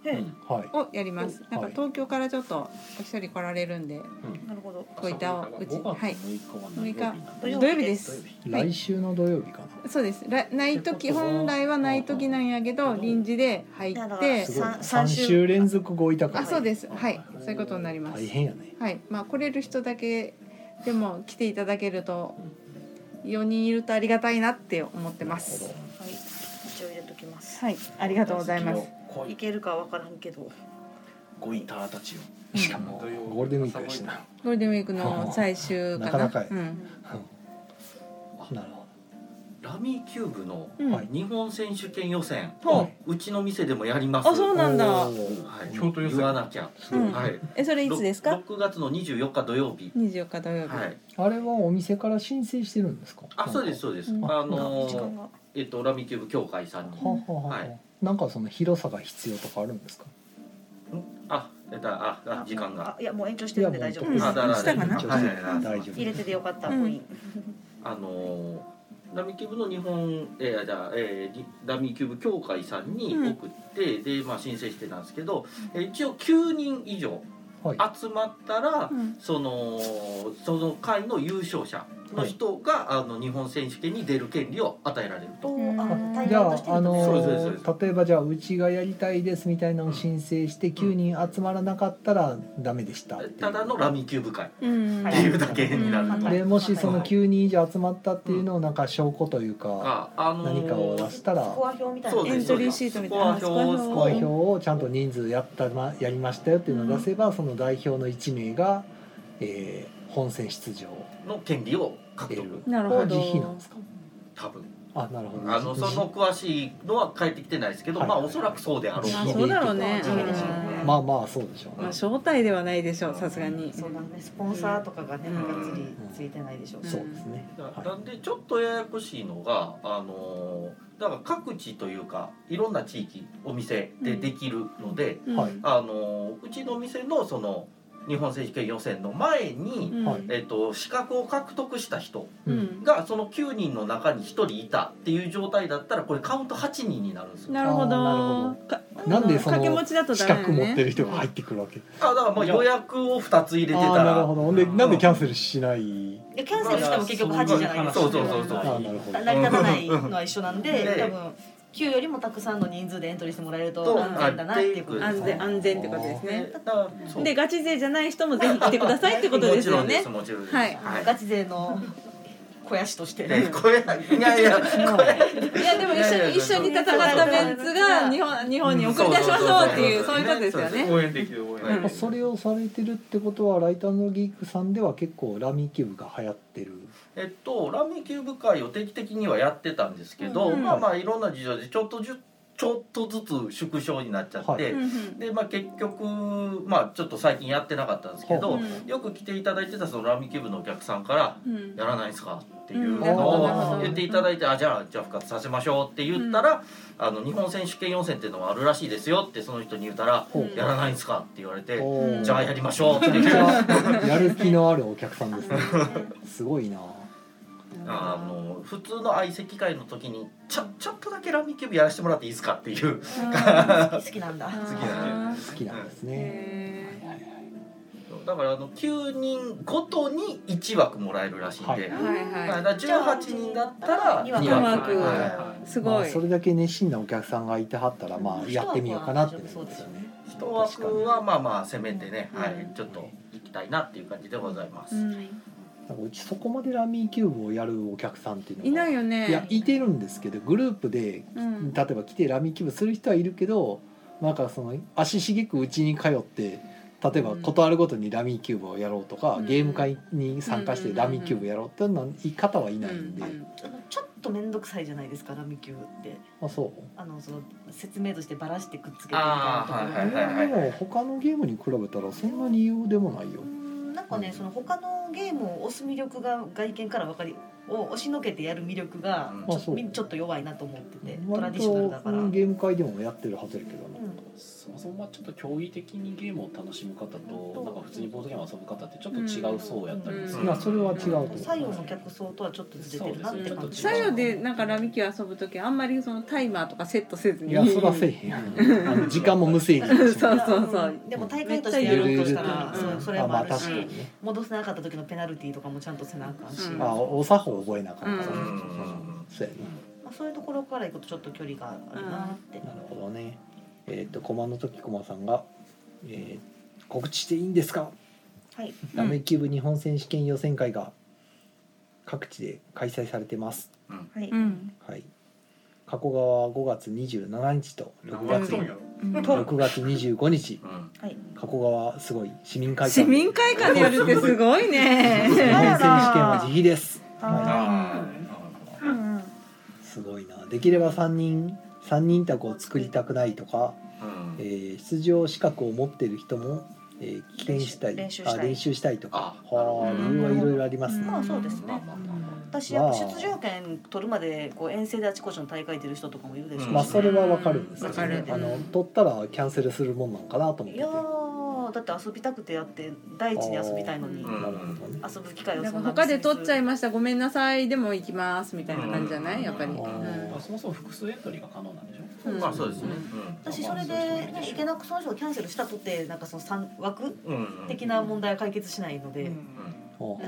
Speaker 4: へえ
Speaker 1: うん
Speaker 2: はい
Speaker 3: をやります
Speaker 2: お。
Speaker 3: なんか
Speaker 2: はい
Speaker 3: 東京からちょっとお一人来られるんで、
Speaker 4: なるほど
Speaker 3: ごいたをうち
Speaker 1: 5月
Speaker 3: はい
Speaker 1: 6
Speaker 3: 六
Speaker 1: 日は
Speaker 3: 日土
Speaker 1: 何曜日なんだ
Speaker 3: 曜日で
Speaker 1: 土曜
Speaker 3: す。
Speaker 1: 日
Speaker 3: はい
Speaker 2: 来週の土曜日かな、
Speaker 3: そうです。らない時本来はない時なんやけど臨時で入っ
Speaker 4: だか
Speaker 3: て
Speaker 4: ら、
Speaker 2: すごい
Speaker 4: 三
Speaker 2: 三
Speaker 4: 三週
Speaker 2: 週連続5いたから
Speaker 3: あそうです。はい、そういうことになります
Speaker 2: 大。変やね
Speaker 3: はい、まあ来れる人だけでも来ていただけると4人いるとありがたいなって思ってます。
Speaker 4: はい一応入れときます、
Speaker 3: はい、ありがとうございます。
Speaker 1: 来
Speaker 4: い、
Speaker 1: い
Speaker 4: けるかわからんけど
Speaker 1: ごいたたちよ
Speaker 2: しかもゴールデンウィークやしな
Speaker 3: ゴールデンウィークの最終かな。
Speaker 2: なかなか
Speaker 3: う
Speaker 2: や
Speaker 3: ん。
Speaker 2: なるほ
Speaker 6: ラミーキューブの
Speaker 3: うん
Speaker 2: はい
Speaker 6: 日本選手権予選、
Speaker 3: ほ
Speaker 6: うちの店でもやります
Speaker 3: あそ
Speaker 2: ど
Speaker 3: うなんだ
Speaker 2: おー
Speaker 6: はい、
Speaker 5: 京都予選
Speaker 6: 言わなきゃ、
Speaker 3: うん
Speaker 6: はい
Speaker 3: え、それいつですか？
Speaker 6: 6月の24日土曜日、
Speaker 3: 24日土曜日。
Speaker 6: はい
Speaker 2: あれはお店から申請してるんですか。
Speaker 6: あそうですそうです、
Speaker 3: うん
Speaker 6: あ
Speaker 4: 時間
Speaker 6: の
Speaker 4: が
Speaker 6: えっとラミキューブ協会さんに
Speaker 2: はははは、
Speaker 6: はい
Speaker 2: なんかその広さが必要とかあるんですか。
Speaker 6: あ時間が
Speaker 4: あいやもう延長してるんで大丈夫です
Speaker 3: いやもう
Speaker 6: あ
Speaker 3: したかな
Speaker 6: はいはいはい
Speaker 2: 大丈夫
Speaker 4: 入れててよかった
Speaker 3: うん
Speaker 4: コイン
Speaker 6: あのーダミーキューブの日本、えーじゃあえーリダミーキューブ協会さんに送って、で、まあ、申請してたんですけど、えー一応9人以上
Speaker 2: はい
Speaker 6: 集まったら、
Speaker 3: うん
Speaker 6: そのその会の優勝者の人が、あの日本選手権に出る権利を与えられると。
Speaker 4: と
Speaker 3: うん
Speaker 4: あの対
Speaker 2: じゃ
Speaker 4: 談とし
Speaker 2: あ、
Speaker 4: てる
Speaker 2: あ
Speaker 4: んだね
Speaker 6: そうですそ
Speaker 2: の
Speaker 6: うです
Speaker 2: ー例えばじゃあうちがやりたいですみたいなのを申請して9人集まらなかったらダメでしたっていう
Speaker 6: ただのラミーキューブ会っ
Speaker 3: うん
Speaker 6: ていうだけになると
Speaker 4: は。い
Speaker 2: でもしその
Speaker 6: はい
Speaker 2: 9人以上集まったっていうのをなんか証拠というか
Speaker 6: があのー
Speaker 2: 何かを出したら
Speaker 4: スコア表みたい
Speaker 6: そ
Speaker 4: な
Speaker 6: う
Speaker 3: エ
Speaker 6: で
Speaker 3: ン
Speaker 6: す
Speaker 3: トリーシートみたいな
Speaker 6: スコア表
Speaker 3: ス
Speaker 2: ス
Speaker 3: コ
Speaker 2: コ
Speaker 3: ア
Speaker 2: ア表
Speaker 3: 表
Speaker 2: をちゃんと人数やったまやりましたよっていうのを出せばその代表の1名が、えー本戦出場
Speaker 6: の権利を獲得、
Speaker 3: なるほ
Speaker 2: を
Speaker 3: ど
Speaker 2: 自費なんですか
Speaker 6: 多分
Speaker 2: あなるほど
Speaker 6: あのその詳しいのは返ってきてないですけど、
Speaker 2: はい
Speaker 6: まあおそらくそうであろう
Speaker 3: ま
Speaker 6: と
Speaker 3: あそうだろうね、
Speaker 4: そうでしょうね
Speaker 3: うん
Speaker 2: まあまあそうでしょう
Speaker 3: まあ
Speaker 2: ね、
Speaker 3: 招待ではないでしょうさすがに
Speaker 4: そうだねスポンサーとかがね
Speaker 6: うん
Speaker 4: がっつりついてないでしょうし
Speaker 2: そうですね、はい
Speaker 6: なんでちょっとややこしいのがあのーだから各地というかいろんな地域お店でできるので、
Speaker 3: うん
Speaker 2: はい
Speaker 6: あのーうちのお店のその日本選手権予選の前に、
Speaker 3: うん
Speaker 2: はい
Speaker 6: えっと資格を獲得した人
Speaker 3: うん
Speaker 6: がその9人の中に1人いたっていう状態だったらこれカウント8人になるんですよ。
Speaker 3: なるほ
Speaker 2: あーなる
Speaker 3: どかあ
Speaker 2: なんでその
Speaker 3: 掛け持ちだと
Speaker 2: 資
Speaker 3: ダメだ
Speaker 2: 格
Speaker 3: よ
Speaker 2: 持って
Speaker 3: ね
Speaker 2: る人が入ってくるわけ、
Speaker 6: あだからまあ予約を2つ入れて
Speaker 2: あ
Speaker 6: た
Speaker 2: あなる
Speaker 6: ら
Speaker 2: ほどほんでなんでキャンセルしない
Speaker 4: でキャンセルしても結局8じゃないですか
Speaker 6: そうそうそうそう
Speaker 2: ああなるほど
Speaker 4: 成り立たないのは一緒なんで
Speaker 6: うん
Speaker 4: 多分9よりもたくさんの人数でエントリーしてもらえると
Speaker 6: と
Speaker 4: 安全だなっていうことです
Speaker 3: 安
Speaker 4: ね
Speaker 3: 全安全ってことですね
Speaker 6: だからそう
Speaker 3: でガチ勢じゃない人もぜひ来てくださいってことですよね
Speaker 6: もちろんですもちろんです。
Speaker 3: はい
Speaker 4: ガチ勢の肥やしとして
Speaker 6: でこれ [LAUGHS] いやいやこれ
Speaker 3: いやでも一緒に一緒に戦ったメンツが日本日本に送り出しましょうっていうそういうことですよね
Speaker 5: 応援できる応援でき
Speaker 6: うん
Speaker 5: る
Speaker 2: それをされてるってことはライターのギークさんでは結構ラミーキューブが流行ってる
Speaker 6: えっとラミキューブ会を定期的にはやってたんですけど、
Speaker 3: うんうん
Speaker 6: まあまあいろんな事情でちょっとじゅちょっとずつ縮小になっちゃって、
Speaker 2: はい
Speaker 3: うんうん
Speaker 6: でまあ結局まあちょっと最近やってなかったんですけど、
Speaker 3: うん
Speaker 6: よく来ていただいてたそのラミキューブのお客さんから
Speaker 3: うん
Speaker 6: やらないですかっていう
Speaker 3: なるほどなる
Speaker 6: の
Speaker 3: ほ
Speaker 6: を
Speaker 3: ど
Speaker 6: 言っていただいて、あじゃあじゃあ復活させましょうって言ったら、あの日本選手権予選っていうのがあるらしいですよってその人に言ったら、
Speaker 3: うん
Speaker 6: やらないんですかって言われて、
Speaker 2: おー
Speaker 6: じゃあやりましょうって
Speaker 2: めち
Speaker 6: いう。
Speaker 2: ゃめちゃやる気のあるお客さんですねすごいな
Speaker 6: あの普通の相席会の時にちょちょっとだけラミキューブやらせてもらっていいですかっていう
Speaker 4: 好き好きなんだ
Speaker 3: 好
Speaker 6: きだ
Speaker 2: 好きなんですね、
Speaker 6: だからあの9人ごとに1枠もらえるらしいんで、
Speaker 2: はい
Speaker 3: はいは
Speaker 6: だ
Speaker 3: い
Speaker 6: から18人だったら
Speaker 4: 二
Speaker 6: 2
Speaker 4: 枠
Speaker 6: 枠
Speaker 3: 二枠
Speaker 6: はい
Speaker 3: す
Speaker 2: ま
Speaker 3: ご
Speaker 2: あ
Speaker 3: い
Speaker 2: それだけ熱心なお客さんがいてはったらまあやってみようかなってなりますよね
Speaker 6: 1枠はまあまあせめてね、
Speaker 3: うん
Speaker 6: はい、ちょっと行きたいなっていう感じでございます、
Speaker 3: うん
Speaker 2: なんかうちそこまでラミーキューブをやるお客さんっていうのが
Speaker 3: いないよ
Speaker 2: いや
Speaker 3: ね
Speaker 2: いてるんですけどグループで
Speaker 3: うん
Speaker 2: 例えば来てラミキューブする人はいるけどなんかその足しげくうちに通って例えば
Speaker 3: うん
Speaker 2: 事あるごとにラミキューブをやろうとか、
Speaker 3: うん
Speaker 2: ゲーム会に参加してラミキューブやろうっていうのは言い方はいないんで、
Speaker 3: うん
Speaker 4: ちょっと面倒くさいじゃないですかラミキューって
Speaker 2: まあそう
Speaker 4: あのその説明としてばらしてくっつけてみたいな
Speaker 6: あ
Speaker 4: とこ
Speaker 6: あ
Speaker 4: ろ
Speaker 6: はい
Speaker 4: が
Speaker 6: はい
Speaker 2: で
Speaker 6: はいは
Speaker 2: も
Speaker 6: い
Speaker 2: 他のゲームに比べたらそんなに言うでもないよ
Speaker 4: うーんなんかねその他のゲームを押す魅力が外見から分かりを押しのけてやる魅力が
Speaker 6: うん
Speaker 4: ちょ,、
Speaker 2: あそう
Speaker 4: ちょっと弱いなと思っててトラ
Speaker 2: 割
Speaker 4: ディショナル
Speaker 2: と
Speaker 4: だから、うん
Speaker 2: ゲーム会でもやってるはずやけどな、
Speaker 1: そもそもまあちょっと競技的にゲームを楽しむ方となんか普通にボードゲームを遊ぶ方ってちょっと違う層やったりする
Speaker 6: うん
Speaker 2: いやそれは違うと思う
Speaker 4: 左右の客層とはちょっとずれてるなって
Speaker 1: そう
Speaker 4: 感
Speaker 1: で
Speaker 4: じ
Speaker 1: すね
Speaker 3: 左右でなんかラミキュー遊ぶ時あんまりそのタイマーとかセットせずに
Speaker 2: いやそらせえへんやん
Speaker 4: [LAUGHS]
Speaker 2: あの時間も無制限だし
Speaker 3: そうそうそ
Speaker 4: ん
Speaker 3: う
Speaker 4: でも大会としてや
Speaker 3: めっちゃ
Speaker 4: ると
Speaker 3: ゆる
Speaker 4: した
Speaker 3: ゆる
Speaker 4: ら、
Speaker 3: と
Speaker 4: そう
Speaker 3: うん
Speaker 4: それも
Speaker 2: ま
Speaker 4: あ
Speaker 2: あ
Speaker 4: る
Speaker 2: 確か
Speaker 4: し、
Speaker 2: にね
Speaker 4: 戻せなかった時のペナルティーとかもちゃんとせなあかんし、
Speaker 3: うん
Speaker 4: ま
Speaker 2: あお作法覚えなあかんから、
Speaker 6: うんうん
Speaker 2: そうやな
Speaker 4: あ、そういうところからいくとちょっと距離があるなって、
Speaker 2: なるほどね。えーっ、と駒の時駒さんが、えー告知していいんですか？
Speaker 4: はい
Speaker 2: ラメキューブ日本選手権予選会が各地で開催されてます。
Speaker 4: はい、
Speaker 3: うん
Speaker 2: はい。加古川は5月27日と6
Speaker 5: 生
Speaker 2: 月
Speaker 5: そうやろ
Speaker 2: 6月25日
Speaker 6: うんうん
Speaker 4: はい
Speaker 2: 加古川すごい市民会
Speaker 3: 市
Speaker 2: 館
Speaker 3: 民
Speaker 2: 日
Speaker 3: 会館でやるってすごい
Speaker 2: 本選手権
Speaker 3: ね
Speaker 2: は自費です。は
Speaker 6: あー
Speaker 2: い。すごいな。できれば3人3人宅を作りたくないとか。
Speaker 6: うん
Speaker 2: えー出場資格を持っている人も、えー、棄権したい
Speaker 4: 練習したい
Speaker 2: あ練習したいとか
Speaker 6: あ
Speaker 2: はあ
Speaker 3: な
Speaker 2: 理
Speaker 3: るほど
Speaker 2: 由はいろいろありますね、
Speaker 3: うん
Speaker 4: まあそうですね、
Speaker 6: まあまあまあま
Speaker 4: 私やっぱ出場権取るまでこう遠征であちこちの大会出る人とかもいるでしょうし、
Speaker 6: うん
Speaker 2: まあそれはわかるんですけ
Speaker 3: わ
Speaker 2: ど、
Speaker 3: かる
Speaker 2: あの取ったらキャンセルするもんなんかなと思っ
Speaker 4: い
Speaker 2: てて
Speaker 4: やーもだって遊びたくてやって第一に遊びたいのに
Speaker 3: う
Speaker 4: 遊
Speaker 3: ん
Speaker 6: なるほどね
Speaker 4: ぶ機会を
Speaker 3: だ
Speaker 4: そ
Speaker 3: か
Speaker 4: ん
Speaker 3: ら
Speaker 4: な
Speaker 3: 他で取っちゃい
Speaker 4: ま
Speaker 3: ましたごめんなさいでも行きますみたいな感じじゃないやっぱり、
Speaker 1: うん
Speaker 3: うん
Speaker 1: まあ、そもそも複数エントリーが可能なんでしょ
Speaker 3: うん
Speaker 6: まあそうですね。
Speaker 4: 私それで、ね、いけなくその人がキャンセルしたとってなんかその三枠
Speaker 6: うんうん
Speaker 4: 的な問題は解決しないの
Speaker 5: う
Speaker 4: で、
Speaker 5: ん
Speaker 3: うん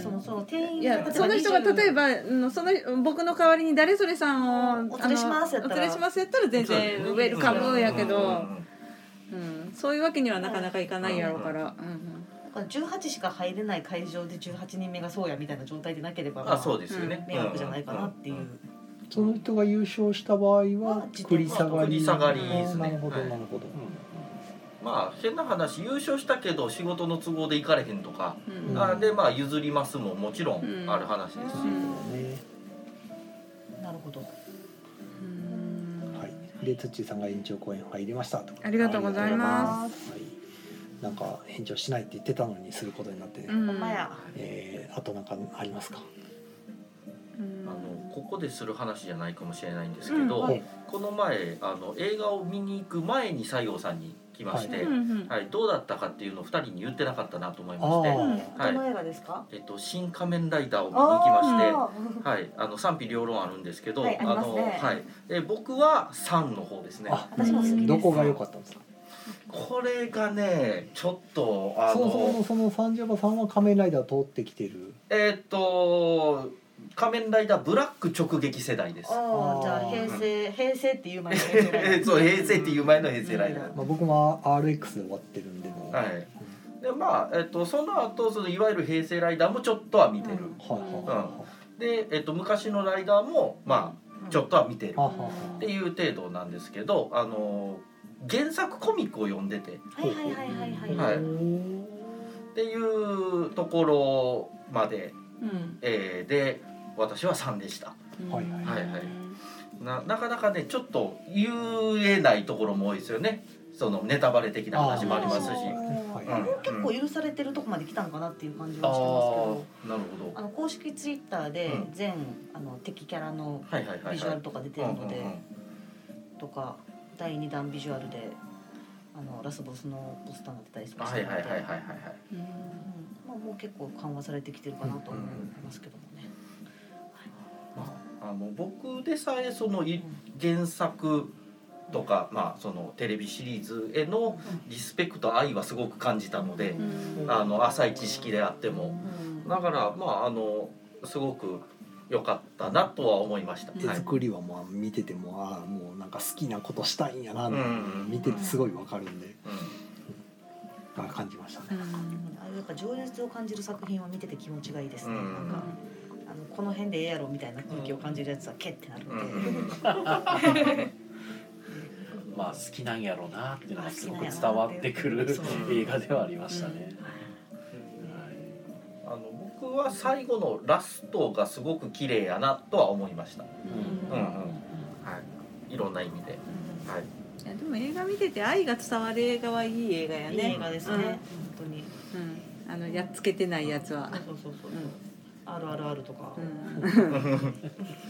Speaker 4: そのその店員
Speaker 3: いやその人が例えばうんその僕の代わりに誰それさんを
Speaker 4: お連れします
Speaker 3: あの
Speaker 4: やったら
Speaker 3: お連れしますやったら全然
Speaker 6: そう
Speaker 3: ウ
Speaker 6: で
Speaker 3: ェ
Speaker 6: すね
Speaker 3: ルカムやけ
Speaker 6: うんうん
Speaker 3: ど、うん、そういうわけにはなかなかいかないやろうから、うん
Speaker 4: 18しか入れない会場で18人目がそうやみたいな状態でなければ、
Speaker 6: あそうですよ
Speaker 3: う
Speaker 6: ね。
Speaker 4: 迷惑じゃないかなっていう、
Speaker 7: その人が優勝した場合は繰り下がり
Speaker 6: 繰り下がりですね
Speaker 7: なるほど
Speaker 6: はい
Speaker 7: なるほど、
Speaker 6: まあ変な話優勝したけど仕事の都合で行かれへんとか、
Speaker 3: うん
Speaker 7: うん
Speaker 3: うん
Speaker 6: あでまあ譲りますももちろ
Speaker 3: うん
Speaker 6: んある話ですし、
Speaker 7: ね
Speaker 4: なるほど
Speaker 3: うん
Speaker 7: はい、で土井さんが延長公演入りましたと、
Speaker 3: ありがとうございます
Speaker 7: はい、なんか延長しないって言ってたのにすることになって、
Speaker 3: うん
Speaker 4: ほんまや
Speaker 7: えーあとなんかありますか
Speaker 3: うん
Speaker 6: あのここでする話じゃないかもしれないんですけど、
Speaker 7: うんはい
Speaker 6: この前あの映画を見に行く前に西郷さんに来まして、
Speaker 3: う
Speaker 6: はい
Speaker 3: んうん
Speaker 6: どうだったかっていうのを2人に言ってなかったなと思いま
Speaker 7: あ
Speaker 6: して
Speaker 7: ー
Speaker 4: どの映画ですか、
Speaker 6: えっと、新仮面ライダーを見に行きまして。
Speaker 4: あー
Speaker 6: はい、あの賛否両論あるんですけど、
Speaker 4: はいあります
Speaker 6: の、
Speaker 4: ね
Speaker 6: はい、え、僕は三の方ですね。
Speaker 7: あ
Speaker 4: 私も好きです
Speaker 7: どこが良かったんですか
Speaker 6: これがね、ちょっと、あ
Speaker 7: そもそもの
Speaker 6: の、
Speaker 7: その三十番さんは仮面ライダー通ってきてる
Speaker 6: えーっと。仮面ライダーブラック直撃世代です。
Speaker 4: あーじゃあ平成平成っていう
Speaker 6: [LAUGHS]
Speaker 4: 前の平成だ [LAUGHS] ね
Speaker 6: そう、平成っていう前の平成ライダー。
Speaker 7: まあ、僕も RX で終わってるんでもう、
Speaker 6: は
Speaker 7: はい
Speaker 6: い。で、まあ、えっと、その後、そのいわゆる平成ライダーもちょっとは見てる。
Speaker 7: はいは
Speaker 6: で、えっと、昔のライダーも、まあ、ちょっとは見てる。
Speaker 7: いは
Speaker 6: っ
Speaker 7: いは
Speaker 6: ていう程度なんですけど、あの、原作コミックを読んでて。
Speaker 4: はいはいはいはい
Speaker 7: は
Speaker 4: はいい、
Speaker 6: はいっていうところまで、
Speaker 3: うん
Speaker 6: えーで私は3でした
Speaker 3: うん
Speaker 7: はいはい
Speaker 6: はいはいななかなかねちょっと言えないところも多いですよねそのネタバレ的な話もありますし
Speaker 4: あー
Speaker 7: はい
Speaker 6: うん
Speaker 4: もう結構許されてるとこまで来たのかなっていう感じはしてますけど
Speaker 6: あーなるほど
Speaker 4: あの公式ツイッターで
Speaker 6: うん
Speaker 4: 全、あの敵キャラの
Speaker 6: はいはいは
Speaker 4: ビ
Speaker 6: い
Speaker 4: ジュ
Speaker 6: は
Speaker 4: ア
Speaker 6: い
Speaker 4: ルとか出てるので、
Speaker 6: うんうんうん
Speaker 4: とか第2弾ビジュアルであのラスボスのポスターになってたりとかし
Speaker 6: は
Speaker 4: て
Speaker 6: い
Speaker 4: るの
Speaker 6: はい
Speaker 4: で、
Speaker 6: はいはいはいはい
Speaker 3: うん
Speaker 4: うんまあ、もう結構緩和されてきてるかなと思いますけどもね。
Speaker 6: まああの僕でさえそのい原作とか、まあ、そのテレビシリーズへのリスペクト愛はすごく感じたので
Speaker 3: う、ん
Speaker 6: あの浅い知識であっても、
Speaker 4: うん
Speaker 6: だからまああのすごく良かったなとは思いました。
Speaker 7: い、手
Speaker 6: はい。
Speaker 7: 作りはまあ見ててもああもうなんか好きなことしたいんやなって
Speaker 6: うん
Speaker 7: 見ててすごいわかるんで、
Speaker 6: う
Speaker 7: あ感じましたね。
Speaker 3: うん
Speaker 4: ああいうなんか情熱を感じる作品を見てて気持ちがいいですね。
Speaker 6: うん
Speaker 4: なんかあのこの辺でええやろみたいな空気を感じるやつはけってなるんで、
Speaker 6: んうんうん
Speaker 1: まあ好きなんやろうなっていうのがすごく
Speaker 4: あ好きなんやろうなっ
Speaker 1: 伝わっ
Speaker 4: ていう
Speaker 1: てくる
Speaker 4: そう
Speaker 1: 映画ではありましたね。
Speaker 6: あの僕は最後のラストがすごく綺麗やなとは思いました。
Speaker 3: うん
Speaker 6: うんうん。はい。いろんな意味で。はい。
Speaker 3: いやでも映画見てて愛が伝わる映画はいい映画や
Speaker 4: いい映
Speaker 3: ね
Speaker 4: 画ですね。
Speaker 3: うん
Speaker 4: 本当に。
Speaker 3: うんあのやっつけてないやつは
Speaker 4: そうそうそうそう
Speaker 3: う。ん
Speaker 4: あるあるあるとか。
Speaker 3: うん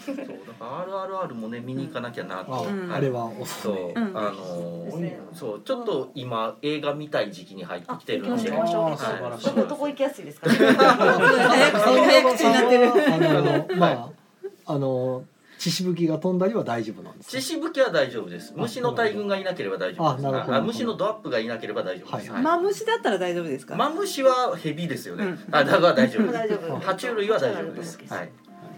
Speaker 6: そうだから RRR もね見に行かなきゃなって。
Speaker 7: あ
Speaker 3: うん
Speaker 6: はい
Speaker 7: あれはおすす
Speaker 6: そう、
Speaker 7: め。
Speaker 3: うん
Speaker 6: あの
Speaker 4: ですね
Speaker 6: そうちょっと今映画見たい時期に入ってきてる
Speaker 4: あ
Speaker 6: ん
Speaker 4: 行
Speaker 6: で
Speaker 4: きましょう行きましょう
Speaker 6: はい
Speaker 4: どこどこ行きやすいです
Speaker 6: [LAUGHS]
Speaker 4: か、ね。
Speaker 3: 早口早口になってる。
Speaker 7: あのまああの血しぶきが飛んだりは大丈夫なんです
Speaker 6: 血
Speaker 7: ね。
Speaker 6: しぶきは大丈夫です。虫の大群がいなければ大丈夫です。
Speaker 7: あなるほど
Speaker 6: あ虫のドアップがいなければ大丈夫です。 [LAUGHS]
Speaker 7: はい
Speaker 3: マムシだったら大丈夫ですか？
Speaker 6: マムシはヘビですよね。
Speaker 3: うん
Speaker 6: あ、だから大丈夫で
Speaker 4: 大丈夫。
Speaker 6: す。爬虫類は大丈夫です。はい。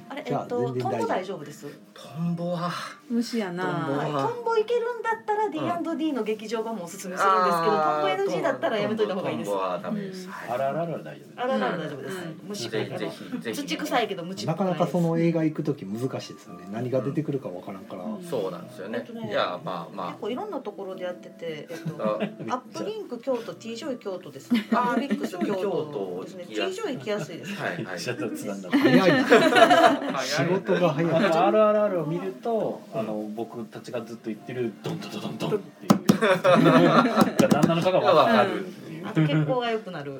Speaker 4: あれえ
Speaker 7: じゃあ
Speaker 4: っとト
Speaker 7: 全然大丈夫
Speaker 4: ンボ大丈夫です。
Speaker 6: トンボは。
Speaker 3: 虫や
Speaker 6: トンボ
Speaker 4: は
Speaker 3: な。
Speaker 4: い、
Speaker 6: あー
Speaker 4: トンボいけるんだったら D&D の劇場版もおすすめするんですけど、
Speaker 6: あー
Speaker 4: トンボ NG だったらやめといた方がいいです
Speaker 6: トンボ。はダメです。
Speaker 3: うん
Speaker 1: あ
Speaker 6: は
Speaker 1: らあらあら大丈夫です。
Speaker 4: あららら大丈夫です。
Speaker 3: う
Speaker 6: い。
Speaker 4: 虫
Speaker 6: ぜ
Speaker 4: あ
Speaker 6: ひ
Speaker 4: の
Speaker 6: ぜひぜひ。
Speaker 4: 土臭いけど虫
Speaker 7: なかなかそ
Speaker 4: の
Speaker 7: の映画行く時難しいですよね。何が出てくるかわからんから。
Speaker 3: うん
Speaker 6: そうなんですよ
Speaker 4: えっ
Speaker 6: ね
Speaker 4: と。ね
Speaker 6: いや、まあ
Speaker 4: 結
Speaker 6: ま
Speaker 4: 構いろんなところでやってて、えっと、
Speaker 6: あ。あ
Speaker 4: アップリンク京都 T ジョイ京都ですね。
Speaker 6: あー
Speaker 4: RX
Speaker 6: 京
Speaker 4: 京
Speaker 6: 都
Speaker 4: 都ですね。
Speaker 6: 行きや
Speaker 4: T
Speaker 6: す
Speaker 4: ジョ
Speaker 6: い
Speaker 4: イ行きやすいです。
Speaker 6: はいは
Speaker 1: [LAUGHS]
Speaker 6: い。
Speaker 1: ちょっとつなんだ。
Speaker 7: 早いな仕
Speaker 5: 早いね
Speaker 7: 事が
Speaker 1: あ
Speaker 7: 早い。
Speaker 1: のあるあるあるを見ると、あの僕たちがずっと言ってるドンドドドンドンって [LAUGHS] いうが何なのかが分かるっていう
Speaker 4: あと血行が良くなる
Speaker 6: は。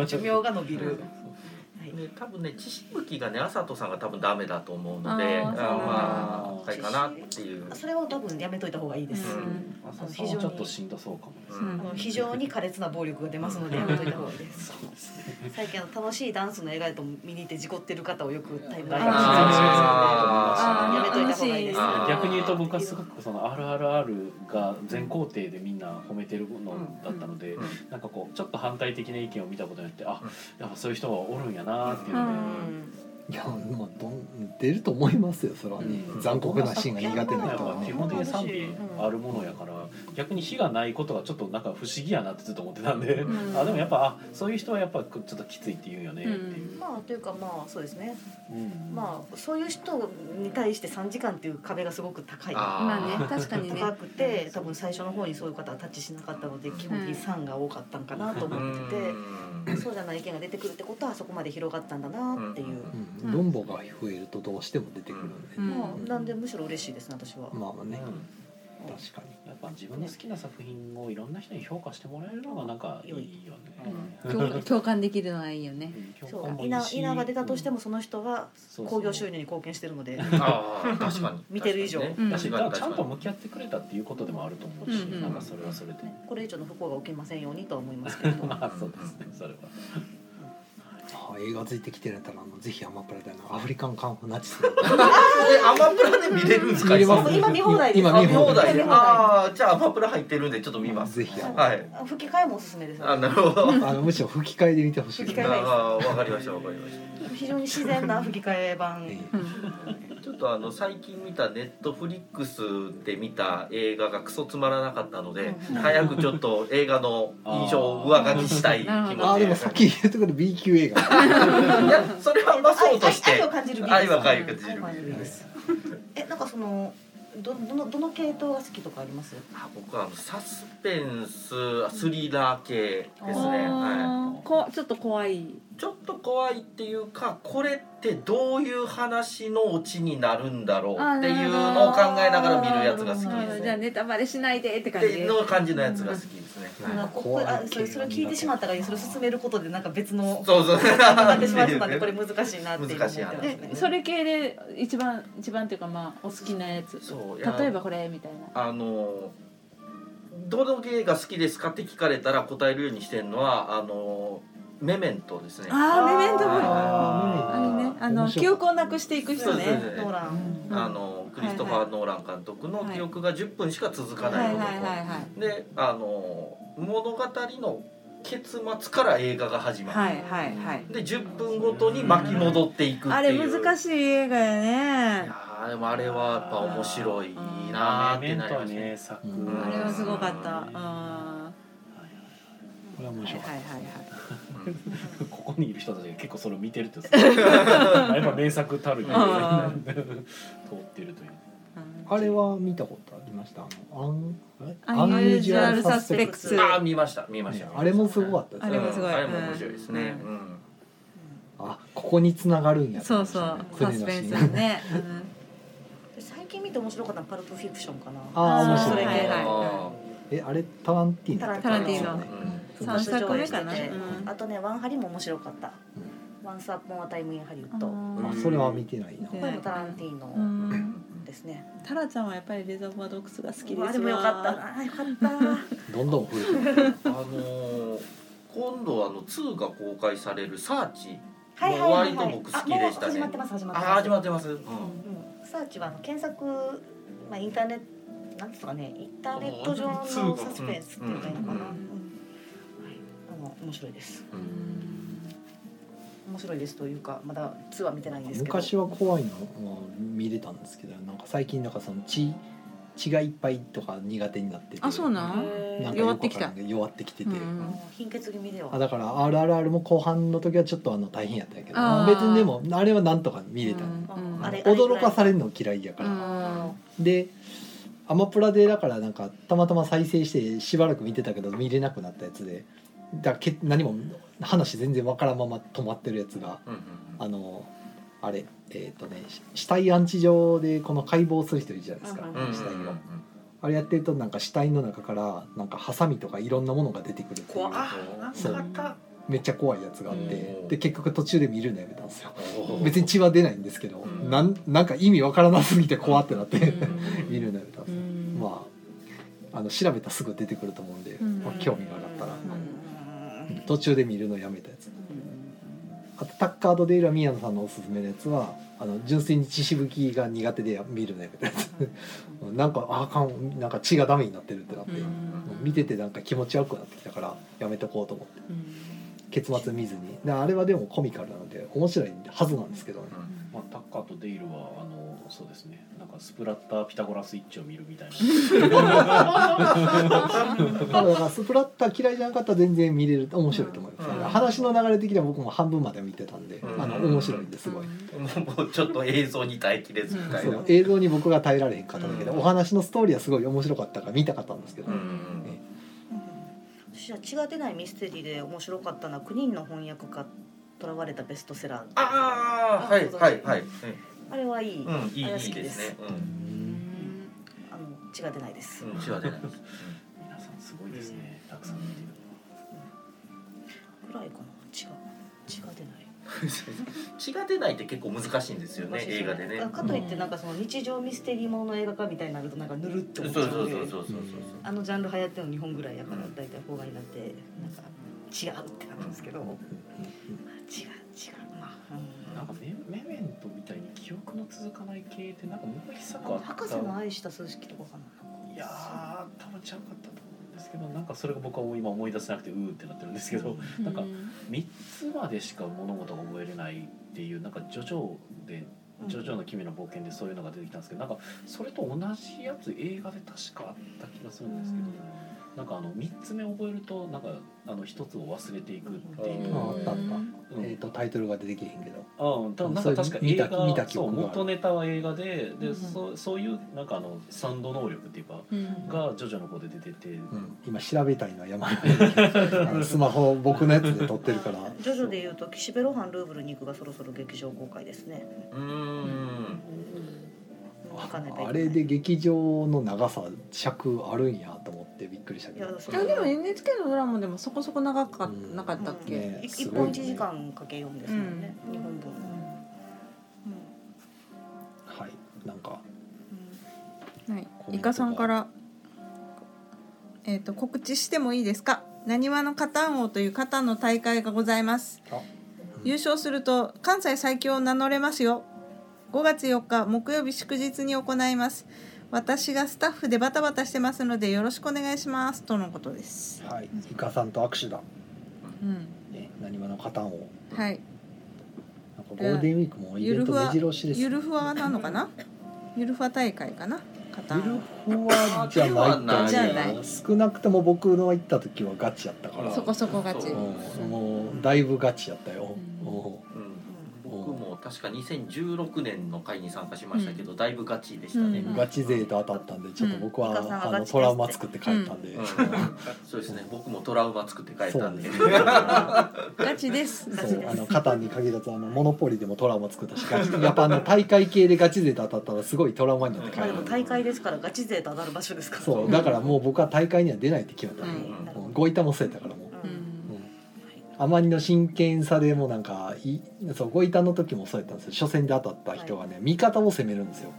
Speaker 3: うん
Speaker 4: 寿命が伸びる。はい
Speaker 6: ね多分ね血しぶきがね朝とさんが多分ダメだと思うので
Speaker 3: あー
Speaker 6: あ
Speaker 3: そ
Speaker 6: ー
Speaker 3: うなんだ
Speaker 6: まあはいかなっていう
Speaker 4: それは多分やめといた方がいいです、
Speaker 3: うん
Speaker 1: 朝さ
Speaker 4: 非
Speaker 1: ん
Speaker 4: 常
Speaker 1: は
Speaker 4: に
Speaker 1: ちょっとしんどそうかもです
Speaker 6: う
Speaker 1: ね
Speaker 6: ん
Speaker 4: あの非常に苛烈な暴力が出ますのでやめといた方がいいです
Speaker 1: そうですね
Speaker 4: 最近あの楽しいダンスの映画だと見に行って事故ってる方をよくタイムラインで見
Speaker 6: あ
Speaker 4: ま
Speaker 6: ー
Speaker 4: すのでやめといた方がいいです
Speaker 6: あー
Speaker 1: 逆に言うと僕はすごくその「RRR」が全工程でみんな褒めてるのだったので、
Speaker 6: うん
Speaker 1: なんかこうちょっと反対的な意見を見たことによってあ
Speaker 6: うん
Speaker 1: やっぱそういう人はおるんやなっていう
Speaker 3: う
Speaker 1: ので、
Speaker 3: ん
Speaker 2: いやまあどん出ると思いますよそれはね、
Speaker 1: うん
Speaker 2: 残酷なシーンが苦手な
Speaker 1: やっ
Speaker 2: 人は
Speaker 1: ぱ基
Speaker 2: ね
Speaker 1: 本的に賛否あるものやから逆に火がないことがちょっとなんか不思議やなってずっと思ってたんで、
Speaker 3: うん
Speaker 1: あでもやっぱあそういう人はやっぱちょっときついって言うよねっていう。
Speaker 4: まあというかまあそうですね
Speaker 1: うん
Speaker 4: まあそういう人に対して3時間っていう壁がすごく高い
Speaker 6: あ
Speaker 3: まあね確かにね
Speaker 4: 高くて多分最初の方にそういう方はタッチしなかったので基本的に3が多かったんかなと
Speaker 6: う
Speaker 4: 思ってて、
Speaker 6: ん
Speaker 4: そうじゃない意見が出てくるってことはそこまで広がったんだなっていう、
Speaker 2: うん論法が増えるとどうしても出てくるんで、
Speaker 3: うん
Speaker 4: まあなんでむしろ嬉しいですね私は、
Speaker 2: まあまあ
Speaker 1: うん
Speaker 2: ね、確かに
Speaker 1: やっぱ自分の好きな作品をいろんな人に評価してもらえるのがなんかいいよね。
Speaker 3: 共共感できるのはいいよね。
Speaker 4: そ
Speaker 1: 評価
Speaker 4: う
Speaker 1: もいい
Speaker 4: 稲
Speaker 1: し
Speaker 4: 稲が出たとしてもその人が
Speaker 1: そうそう
Speaker 4: 興行収入に貢献してるので
Speaker 6: あー確かに
Speaker 4: 見てる以上
Speaker 6: 確か
Speaker 3: う
Speaker 6: に
Speaker 3: ん
Speaker 6: ね
Speaker 1: だし
Speaker 6: 確
Speaker 1: だから
Speaker 6: かに
Speaker 1: ちゃん
Speaker 6: 確
Speaker 1: と
Speaker 6: かに
Speaker 1: 向き合ってくれたっていうことでもあると思うし、
Speaker 3: うんうん
Speaker 1: なんかそれはそれで、
Speaker 4: ねこれ以上の不幸が起きませんようにとは思いますけ
Speaker 1: [LAUGHS]
Speaker 4: ど
Speaker 1: まあそうですねそれは。
Speaker 2: あ映画ついてきてるんやったらあのぜひアマプラであのアフリカンカンフーナチス
Speaker 6: えアマプラで見れるんですか
Speaker 2: 見れます
Speaker 4: 今見放題です
Speaker 2: 今
Speaker 6: あ
Speaker 2: 見
Speaker 6: 見
Speaker 2: 放
Speaker 6: 放
Speaker 2: 題
Speaker 6: 題
Speaker 4: 見
Speaker 6: で
Speaker 4: 放題
Speaker 6: ああじゃあアマプラ入ってるんでちょっと見ます
Speaker 2: ぜひあの
Speaker 6: [LAUGHS] はい
Speaker 4: あ吹き替えもおすすめです
Speaker 6: あなるほど
Speaker 2: あのむしろ吹き替えで見てほしい
Speaker 4: 吹き替えがいい
Speaker 6: あーわかりましたわかりまし
Speaker 4: 非常に自然な吹き替え版
Speaker 2: ええ
Speaker 3: うん
Speaker 6: たちょっとあの最近見たネットフリックスで見た映画がクソつまらなかったので
Speaker 4: うん
Speaker 6: 早くちょっと映画の印象を上書きしたい気持ち
Speaker 3: なるほ
Speaker 2: あーでもさっき言うところ B 級映画
Speaker 6: いやそれ [LAUGHS] はまあそうとして
Speaker 4: 愛愛を感じる美
Speaker 6: 愛は感じる
Speaker 4: 愛を感じる美ですえなんかそのどどのどの系統が好きとかあります
Speaker 6: あ僕はあのサスペンススリラー系ですねは
Speaker 3: あーこちょっと怖い。
Speaker 6: いちょっと怖いっていうかこれってどういう話のオチになるんだろうっていうのを考えながら見るやつが好き
Speaker 4: なるほ
Speaker 6: で
Speaker 4: ど
Speaker 3: じゃあネタバレしないでって感じ
Speaker 6: で
Speaker 3: で。
Speaker 6: の感じのやつが好きですね。
Speaker 2: うん
Speaker 6: はい
Speaker 4: ここあそれそれ聞いてしまったからそれ進めることでなんか別の
Speaker 6: そうそう。
Speaker 4: 上がってしまいそうなんでこれ難しいなっていう
Speaker 6: 難しい話
Speaker 4: 思って
Speaker 3: でそれ系で一番一番っていうかまあお好きなやつ。
Speaker 6: そういや
Speaker 3: 例えばこれみたいな。
Speaker 6: あのどの芸が好きですかって聞かれたら答えるようにしてるのはあのメメントですね。
Speaker 3: ああメメントもあ
Speaker 6: あー
Speaker 3: れねあの
Speaker 2: 面白い
Speaker 3: 記憶をなくしていく人
Speaker 6: そう
Speaker 3: ね
Speaker 6: そう。
Speaker 4: ノーラン
Speaker 3: うん
Speaker 6: あのクリストファー・ノーラン監督の記憶が10分しか続
Speaker 3: は
Speaker 6: か
Speaker 3: い
Speaker 6: な
Speaker 3: はいい
Speaker 6: こと、
Speaker 3: はいはい。
Speaker 6: であの物語の結末から映画が始まる、
Speaker 3: はいはいはい。
Speaker 6: で10分ごとに巻き戻っていくっていう
Speaker 3: あれ難
Speaker 6: い
Speaker 3: しい映画やね。
Speaker 6: やーでもあれはやっぱ面白いなーって
Speaker 1: メメ
Speaker 6: な
Speaker 1: ン
Speaker 6: り
Speaker 1: ト
Speaker 6: ま
Speaker 1: は
Speaker 6: したね
Speaker 1: ね作、
Speaker 2: うん
Speaker 3: あれはすごかった。あ
Speaker 2: これは
Speaker 3: ー
Speaker 2: 面
Speaker 3: はい
Speaker 2: 白
Speaker 3: はい
Speaker 2: い
Speaker 3: はい
Speaker 6: うん
Speaker 1: ここにいる人たちが結構それを見てるってすごいやっぱ名作たるゆ
Speaker 3: う
Speaker 1: え
Speaker 3: ん
Speaker 1: [LAUGHS] 通ってるとい
Speaker 3: は
Speaker 1: う
Speaker 3: い。
Speaker 2: あれは見たことありましたあのアン
Speaker 3: アンユージュアルサスペク
Speaker 2: ス
Speaker 3: ツ。
Speaker 6: ああ見ました見ました、
Speaker 2: ねあれもすごかったです
Speaker 3: あれもすごい
Speaker 6: うんあれも面白いですね、うん
Speaker 2: あここに繋がるんや
Speaker 3: そうそうサスペンス
Speaker 2: 船の
Speaker 3: だ
Speaker 2: シーン
Speaker 3: ね。
Speaker 4: 最近見て面白かったのはパルプフィクションかな
Speaker 2: あー面
Speaker 3: そ
Speaker 2: 白
Speaker 3: れ
Speaker 2: い、
Speaker 3: はいはい
Speaker 2: えあれタランティーノだった
Speaker 4: タランティーノ
Speaker 2: そうね
Speaker 3: うん三作目かな。
Speaker 4: 上映してて
Speaker 3: うん
Speaker 4: あとねワンハリも面白かったワンスアップモアタイムインハリウッドこ
Speaker 3: あ
Speaker 2: あ
Speaker 3: ー
Speaker 2: それは見てないな
Speaker 3: 見て
Speaker 4: れもタランティー
Speaker 3: う
Speaker 4: ノ
Speaker 3: ん
Speaker 4: ですね
Speaker 3: タラちゃんはやっぱりレザーバードックスが好きです
Speaker 4: あでもよかったなよか
Speaker 6: [LAUGHS]
Speaker 4: った
Speaker 2: どんどん増えてる
Speaker 6: あのー今度あの2が公開される「サーチ
Speaker 4: はいはいはい
Speaker 6: もう
Speaker 4: はい
Speaker 6: 割と僕好きでした
Speaker 4: あもう始
Speaker 6: ね
Speaker 4: まってます始」まってます
Speaker 6: ああ始まってます、うん
Speaker 4: うんサーチはあの検索、まあ、インターネットなんですかねインターネット上のサスペンスっていうかいいのかな、うん
Speaker 6: うん
Speaker 4: はい、あの面白いです面白いですというかまだ2は見てないんですけど
Speaker 2: 昔は怖いのは見れたんですけどなんか最近なんかその血血がいっぱいとか苦手になってて
Speaker 3: あそうなん
Speaker 2: なんか
Speaker 4: へー
Speaker 2: よくわかんない弱ってきてて、
Speaker 3: うん
Speaker 4: あの貧血気味では
Speaker 2: あだから RRR も後半の時はちょっとあの大変やったんやけど
Speaker 3: あー
Speaker 2: まあ別にでもあれはなんとか見れた、
Speaker 3: うん
Speaker 4: あれ
Speaker 2: 驚かされるの嫌いやか
Speaker 3: う
Speaker 2: ら、
Speaker 3: ん
Speaker 2: でアマプラでだからなんかたまたま再生してしばらく見てたけど見れなくなったやつでだからけ何も話全然わからんまま止まってるやつが
Speaker 6: うんうんうん
Speaker 2: あのあれえっ、とねし死体安置所でこの解剖する人いるじゃないですか、
Speaker 4: うん
Speaker 6: うん
Speaker 2: 死体を、
Speaker 6: うん
Speaker 2: あれやってるとなんか死体の中からなんかハサミとかいろんなものが出てくるっていう
Speaker 6: あなんかあった
Speaker 2: めっちゃ怖いやつがあって
Speaker 6: うん
Speaker 2: で結局途中で見るのやめたんですよ
Speaker 6: おー
Speaker 2: 別に血は出ないんですけど
Speaker 6: うん
Speaker 2: なんなんか意味わからなすぎて怖ってなって
Speaker 3: うん
Speaker 2: [LAUGHS] 見るのやめたんですよまああの調べたらすぐ出てくると思うんで、
Speaker 3: うん
Speaker 2: まあ、興味がなかったら
Speaker 4: うん
Speaker 2: 途中で見るのやめたやつあとタッカード・デイラ・ミヤノさんのおすすめのやつはあの純粋に血しぶきが苦手で見るのやめたやつ [LAUGHS] なんかああかんなんか血がダメになってるってなって、見ててなんか気持ち悪くなってきたからやめとこうと思って結末見ずにであれはでもコミカルなので面白いはずなんですけどね
Speaker 1: まあ、タッカーとデイルはあのそうですねなんかスプラッターピタゴラスイッチを見るみたいな
Speaker 2: ただだからスプラッター嫌いじゃなかったら全然見れる面白いと思います、
Speaker 6: うん
Speaker 2: 話の流れ的には僕も半分まで見てたんで、
Speaker 6: うん
Speaker 2: あの面白いんですごい、
Speaker 6: もうもうちょっと映像に耐えきれずみたい
Speaker 2: そ
Speaker 6: な。
Speaker 2: う映像に僕が耐えられへんかっただけで、
Speaker 6: うん
Speaker 2: お話のストーリーはすごい面白かったから見たかったんですけど、
Speaker 6: うん
Speaker 4: 私は血が出ないミステリーで面白かったのは9人の翻訳家とらわれたベストセラー
Speaker 6: ああはいはいはい。
Speaker 4: あれはいい、
Speaker 6: うんうんいいい
Speaker 4: あれはい
Speaker 6: ですね。うん
Speaker 4: あの血が出ないです、
Speaker 6: うん血は出ない。
Speaker 1: 皆さんすごいですねたくさん見てる
Speaker 4: くらいかな血が血が出ない
Speaker 6: 血が出ないって結構難しいんですよね映画でね。
Speaker 4: かといってなんかその日常ミステリーものの映画化みたいになるとなんかぬるって
Speaker 6: そう
Speaker 4: 思っち
Speaker 6: そ
Speaker 4: ゃ
Speaker 6: う
Speaker 4: う
Speaker 6: そ
Speaker 4: ん
Speaker 6: う
Speaker 4: で
Speaker 6: そうそうそう。
Speaker 4: あのジャンル流行ってるの日本ぐらいやから
Speaker 6: うん
Speaker 4: 大体邦画になってなんか違うってなるんですけど、まあ、違う違うまあ、
Speaker 1: なんかメメメントみたいに記憶の続かない系ってなんかもう一
Speaker 4: うん
Speaker 1: 作
Speaker 4: あの
Speaker 1: あった
Speaker 4: 博士の愛した数式とかかない
Speaker 1: やー多分ちゃうかったと思うんですけどなんかそれが僕はもう今思い出せなくてうーってなってるんですけどなんか3つまでしか物事が覚えれないっていうなんかジョジョで「ジョジョの奇妙な冒険」でそういうのが出てきたんですけどなんかそれと同じやつ映画で確かあった気がするんですけど、なんかあの3つ目覚えるとなんかあの1つを忘れていくっていう、
Speaker 2: ああったあった、
Speaker 1: うん
Speaker 2: えー、とタイトルが出てきへんけど
Speaker 1: うん、多分なん
Speaker 2: それ
Speaker 1: か確か
Speaker 2: 見
Speaker 1: 映
Speaker 2: た見た
Speaker 1: 画
Speaker 2: 記
Speaker 1: そう
Speaker 2: 憶がある
Speaker 1: 元ネタは映画でで、
Speaker 3: うん
Speaker 1: そうそういうなんかあのサンド能力っていうかがジョジョの子で出てて、
Speaker 2: 今調べたいのは山々あのスマホ僕のやつで撮ってるから
Speaker 4: あジョジョで言うと岸辺露伴ルーブルに行くがそろそろ劇場公開ですね
Speaker 6: うーん。
Speaker 4: わかんない
Speaker 2: あれで劇場の長さ尺あるんやと思ってびっくりした
Speaker 4: い
Speaker 2: け
Speaker 4: や
Speaker 2: ど
Speaker 4: そ
Speaker 3: いやでも
Speaker 4: ね
Speaker 3: NHK のドラマでもそこそこ長かっ
Speaker 2: うん
Speaker 3: なかったっけ、
Speaker 2: ね
Speaker 4: 一
Speaker 2: すご
Speaker 4: 本
Speaker 2: いね
Speaker 4: 一時間かけ読んですもんね、日本分、
Speaker 2: はいなんか
Speaker 3: はいイカさんからえっ、と告知してもいいですか何わのカタン王というカタンの大会がございます
Speaker 2: あ
Speaker 3: 優勝すると関西最強を名乗れますよ5月4日木曜日祝日に行います私がスタッフでバタバタしてますのでよろしくお願いしますとのことです
Speaker 2: はいイカさんと握手だ
Speaker 3: うん
Speaker 2: ね何話の方を
Speaker 3: はい
Speaker 2: なんかゴールデンウィークもイベント目白押しです
Speaker 3: ゆるふわなのかなゆるふわ大会かなカタ
Speaker 2: ゆる
Speaker 3: ン
Speaker 2: ふわじゃない
Speaker 3: じ
Speaker 2: と
Speaker 3: ゃ
Speaker 2: 思う
Speaker 3: ない
Speaker 2: 少なくとも僕の行った時はガチやったか
Speaker 3: 王
Speaker 2: ら
Speaker 3: そこそこ勝ち
Speaker 6: そう
Speaker 2: うんもうだいぶガチやったよ
Speaker 3: うん
Speaker 2: お
Speaker 6: うん僕も確か2016年の会に参加しましたけど、だいぶガチでしたね。
Speaker 3: う
Speaker 2: うんガチ勢と当たったんでちょっと僕
Speaker 4: うんイカさん
Speaker 2: は
Speaker 4: は
Speaker 2: あ
Speaker 4: ガ
Speaker 2: の
Speaker 4: チ
Speaker 2: トラウマ作って帰ったんで
Speaker 6: うんそうですね。僕もトラウマ作って帰ったんで。
Speaker 2: そう
Speaker 3: ガチです
Speaker 4: ガ
Speaker 2: そ
Speaker 4: チ
Speaker 2: う
Speaker 4: です
Speaker 2: あのカタンに限らずあのモノポリでもトラウマ作ったしガチやっぱあの大会系でガチ勢と当たったらすごいトラウマになって帰
Speaker 4: まあで
Speaker 2: る
Speaker 4: も大会ですからガチ勢と当たる場所ですから
Speaker 2: そうだからもう僕は大会には出ないって決めたの
Speaker 3: うん
Speaker 4: なる
Speaker 2: も
Speaker 4: ほ
Speaker 2: う
Speaker 4: ど
Speaker 2: ごいたもそうやったからもう
Speaker 3: う
Speaker 2: うんんあまりの真剣さでもうなんかいそうごいたの時もそうやったんですよ初戦で当たった人がね味方を攻めるんですよ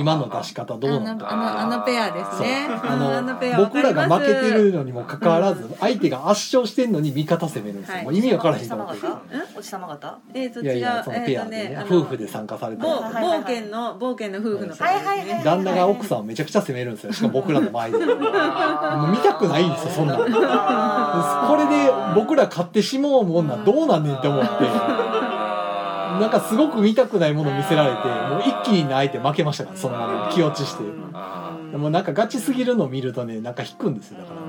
Speaker 2: 今の出し方どうな
Speaker 3: あ
Speaker 2: んだ
Speaker 3: のあのあのペアですね
Speaker 6: そう
Speaker 3: あのあのペアわか
Speaker 2: 僕ら
Speaker 3: ります
Speaker 2: が負けてるのにもかかわらず相手が圧勝してんのに味方攻めるんですよ、
Speaker 3: はい
Speaker 2: もう意味わからへんと思
Speaker 4: お
Speaker 2: っ
Speaker 4: じ
Speaker 2: て
Speaker 4: さま方おじさま方
Speaker 3: えっ、と
Speaker 2: い
Speaker 3: 違う
Speaker 2: やいやそのペ
Speaker 3: えっ、
Speaker 2: ア
Speaker 3: と
Speaker 2: で
Speaker 3: ね
Speaker 2: ね,、
Speaker 3: あの
Speaker 2: 夫婦で参加されて
Speaker 3: 冒
Speaker 2: る
Speaker 3: 冒険の冒険の夫婦の
Speaker 2: はい
Speaker 4: はいはいはい
Speaker 2: 旦那が奥さんをめちゃくちゃ責めるんですよしかも僕らの前でもう見たくないんですよそんなのこれで僕ら買ってしまうもんなんどうなんねんって思ってなんかすごく見たくないものを見せられてもう一気に泣いて負けましたからそのまま気落ちしてでもうなんかガチすぎるのを見るとねなんか引くんですよだから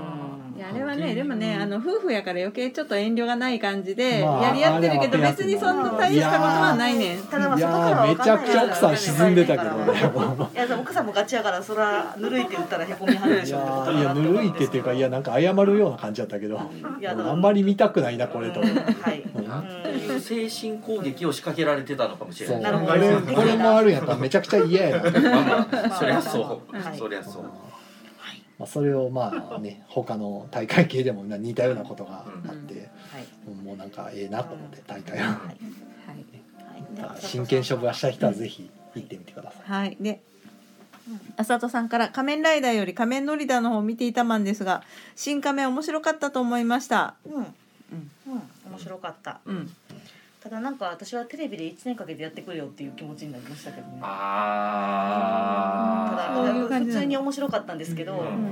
Speaker 3: いやあれはねでもねあの夫婦やから余計ちょっと遠慮がない感じで、
Speaker 2: まあ
Speaker 3: やり合ってるけど
Speaker 2: あれはペア
Speaker 3: 別にそんな大したことはないねん
Speaker 4: ただまあ
Speaker 2: い
Speaker 4: そこ
Speaker 2: や
Speaker 4: から
Speaker 2: ーめちゃくちゃ奥さん沈んでたけどねもう
Speaker 4: いや奥さんもガチやからそらぬるいって言ったらへこみはるで
Speaker 2: い
Speaker 4: しょ
Speaker 2: や
Speaker 4: うけど
Speaker 2: ーいやぬるいってっていうかいやなんか謝るような感じだったけど
Speaker 4: いやだから
Speaker 2: あんまり見たくないなこれと思って
Speaker 4: はい
Speaker 6: いう精神攻撃を仕掛けられてたのかもしれ
Speaker 2: そう
Speaker 6: ない。
Speaker 4: なるほど
Speaker 2: これこれもあるんやったらめちゃくちゃ嫌やな、
Speaker 6: まあまあそりゃそう、
Speaker 4: はい
Speaker 6: そりゃそう、
Speaker 2: [LAUGHS] まあ、それをまあね他の大会系でもな似たようなことがあって、
Speaker 4: はい
Speaker 2: もうなんかええなと思って大会は
Speaker 4: はい
Speaker 3: はい
Speaker 4: はい
Speaker 2: 真剣勝負がした人はぜひ行ってみてください
Speaker 3: はい、で、あさとさんから仮面ライダーより仮面ノリダーの方を見ていたマンですが、新仮面面白かったと思いました。
Speaker 4: うんうん
Speaker 3: うん、
Speaker 4: 面白かった
Speaker 3: うん、
Speaker 4: ただなんか私はテレビで1年かけてやってくれよっていう気持ちになりましたけどねただ
Speaker 6: あ
Speaker 3: そういう感
Speaker 4: 普
Speaker 3: じなの
Speaker 4: 通に面白かったんですけど、
Speaker 6: ーうん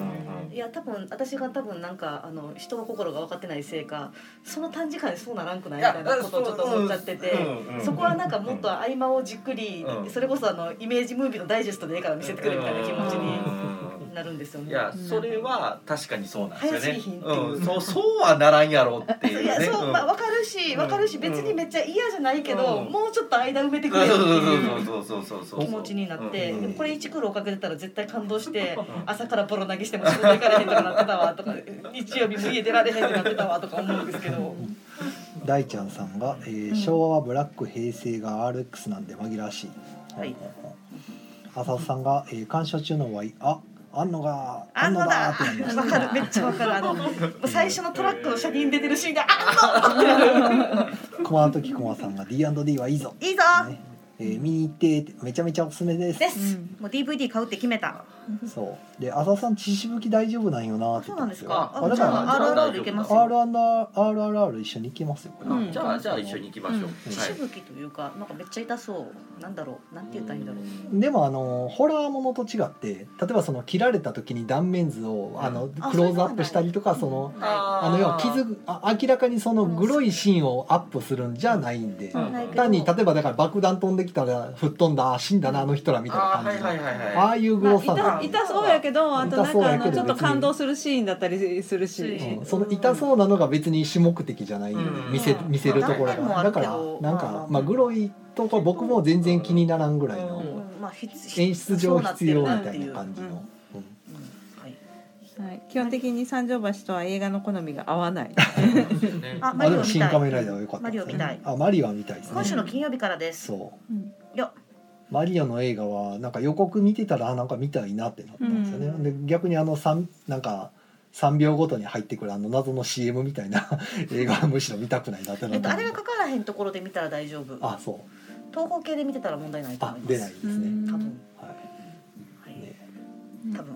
Speaker 4: いや多分私が多分なんかあの人の心が分かってないせいかその短時間でそうならんくないみたいなことをちょっと思っちゃってて。
Speaker 6: うんうん
Speaker 4: そこはなんかもっと合間をじっくり、
Speaker 6: うん
Speaker 4: それこそあのイメージムービーのダイジェストで絵から見せてくるみたいな気持ちに
Speaker 6: う
Speaker 4: なるんですよ
Speaker 6: ん
Speaker 4: ね。
Speaker 6: いやそれは確かにそうなんですよ
Speaker 4: 早す
Speaker 6: ね
Speaker 4: ぎひんっていう
Speaker 6: うんそうそうはならんやろっていう
Speaker 4: い
Speaker 6: ね
Speaker 4: や [LAUGHS] そう、まあ、分かるし分かるし別にめっちゃ嫌じゃないけど、もうちょっと間埋めてくれよっていう
Speaker 6: そうそうそうそうそうそう
Speaker 4: 気持ちになって、
Speaker 6: うん
Speaker 4: でもこれ1クール追っかけてたら絶対感動して [LAUGHS] 朝からボロ投げしても仕事行かれへんとかなってたわとか日曜日も家出られへんってなってたわとか思うんですけど。
Speaker 2: 大ちゃんさんが、えー
Speaker 3: うん
Speaker 2: 昭和はブラック平成が RX なんで紛らわしい」
Speaker 4: はい
Speaker 2: 浅田さんが、えー鑑賞中のワイああんのが
Speaker 4: あんのだ
Speaker 2: ってなりまし
Speaker 4: わかるめっちゃわかるあのもう最初のトラックの車輪出てるシーンが「あ
Speaker 2: た駒の時駒さんが D&D はいいぞ、
Speaker 4: いいぞ!
Speaker 2: ねえー見に行ってめちゃめちゃおすすめです」
Speaker 4: です、
Speaker 3: うん
Speaker 4: もう DVD 買うって決めた
Speaker 2: そうで浅田さん血しぶき大丈夫なんよなって
Speaker 4: そ
Speaker 2: 言ったん
Speaker 4: うなんで
Speaker 2: です
Speaker 4: す
Speaker 2: よ
Speaker 4: か
Speaker 2: あ
Speaker 4: あ
Speaker 2: だ
Speaker 4: じゃ
Speaker 2: か
Speaker 4: あ RR いけます
Speaker 2: ら
Speaker 4: よ
Speaker 2: R&RRR 一緒に行きますよ
Speaker 3: う
Speaker 6: あ
Speaker 3: ん
Speaker 6: じゃあじゃあ一緒に行きましょう、
Speaker 2: うん
Speaker 4: しぶきというかなんかめっちゃ痛そうなんだろうなんて言ったらいいんだろう
Speaker 2: でもあのホラーものと違って例えばその切られた時に断面図をあの
Speaker 4: あ
Speaker 2: クローズアップしたりとかそのあの要は傷あ明らかにそのグロいシーンをアップするんじゃないんで
Speaker 6: うん
Speaker 4: ないけど
Speaker 2: 単に例えばだから爆弾飛んできたら吹っ飛んだあ死んだなあの人らみたいな感
Speaker 6: あーは
Speaker 2: じ
Speaker 6: い
Speaker 2: の
Speaker 6: はいはいはい
Speaker 2: ああいうグ
Speaker 3: ま
Speaker 2: ロさ
Speaker 3: あ、痛
Speaker 2: が、
Speaker 3: 痛そうやけど、あとなんか
Speaker 2: 痛
Speaker 3: あの
Speaker 2: そうやけど別に
Speaker 3: ちょっと感動するシーンだったりするし。
Speaker 4: う
Speaker 2: うんその痛そうなのが別に主目的じゃない
Speaker 6: うん
Speaker 2: 見せ見せるところ
Speaker 4: 断面もあ
Speaker 2: が
Speaker 4: る
Speaker 2: だ
Speaker 4: け
Speaker 2: か
Speaker 4: ど
Speaker 2: らなんか
Speaker 4: ま
Speaker 2: ま
Speaker 4: あ
Speaker 2: あグロいとこ僕も全然気にならんぐらいうの
Speaker 4: んまあ必
Speaker 2: 演出上必要みたいな
Speaker 4: そうなってる
Speaker 2: 感じの。うん
Speaker 4: うんはい
Speaker 3: はい、基本的に三条橋とは映画の好みが合わない。
Speaker 6: あ
Speaker 2: ま
Speaker 4: あマ
Speaker 2: あ
Speaker 4: リ
Speaker 2: で
Speaker 4: オ
Speaker 2: も
Speaker 4: 見
Speaker 2: 新
Speaker 4: た
Speaker 2: 仮面
Speaker 4: い
Speaker 2: ライダーは良かったですね。
Speaker 4: マリオ見たい
Speaker 2: あマリオは見たいです
Speaker 4: 今週
Speaker 2: ね。
Speaker 4: の金曜日からです
Speaker 2: そ
Speaker 3: うん
Speaker 4: よっ
Speaker 2: うマリオの映画はなんか予告見てたらあなんか見たいなってなったんですよね。
Speaker 3: うん
Speaker 2: で逆にあの三なんか三秒ごとに入ってくるあの謎の CM みたいな映画はむしろ見たくないなってな
Speaker 4: えっ
Speaker 2: っ
Speaker 4: と、
Speaker 2: た
Speaker 4: あれがかからへんところで見たら大丈夫
Speaker 2: あそう
Speaker 4: 東方系で見てたら問題ないと
Speaker 2: あ
Speaker 4: 思います
Speaker 2: 出ないですね。
Speaker 3: う
Speaker 4: 多分
Speaker 2: は
Speaker 3: ん
Speaker 2: い
Speaker 4: はい、
Speaker 2: ね
Speaker 4: 多分、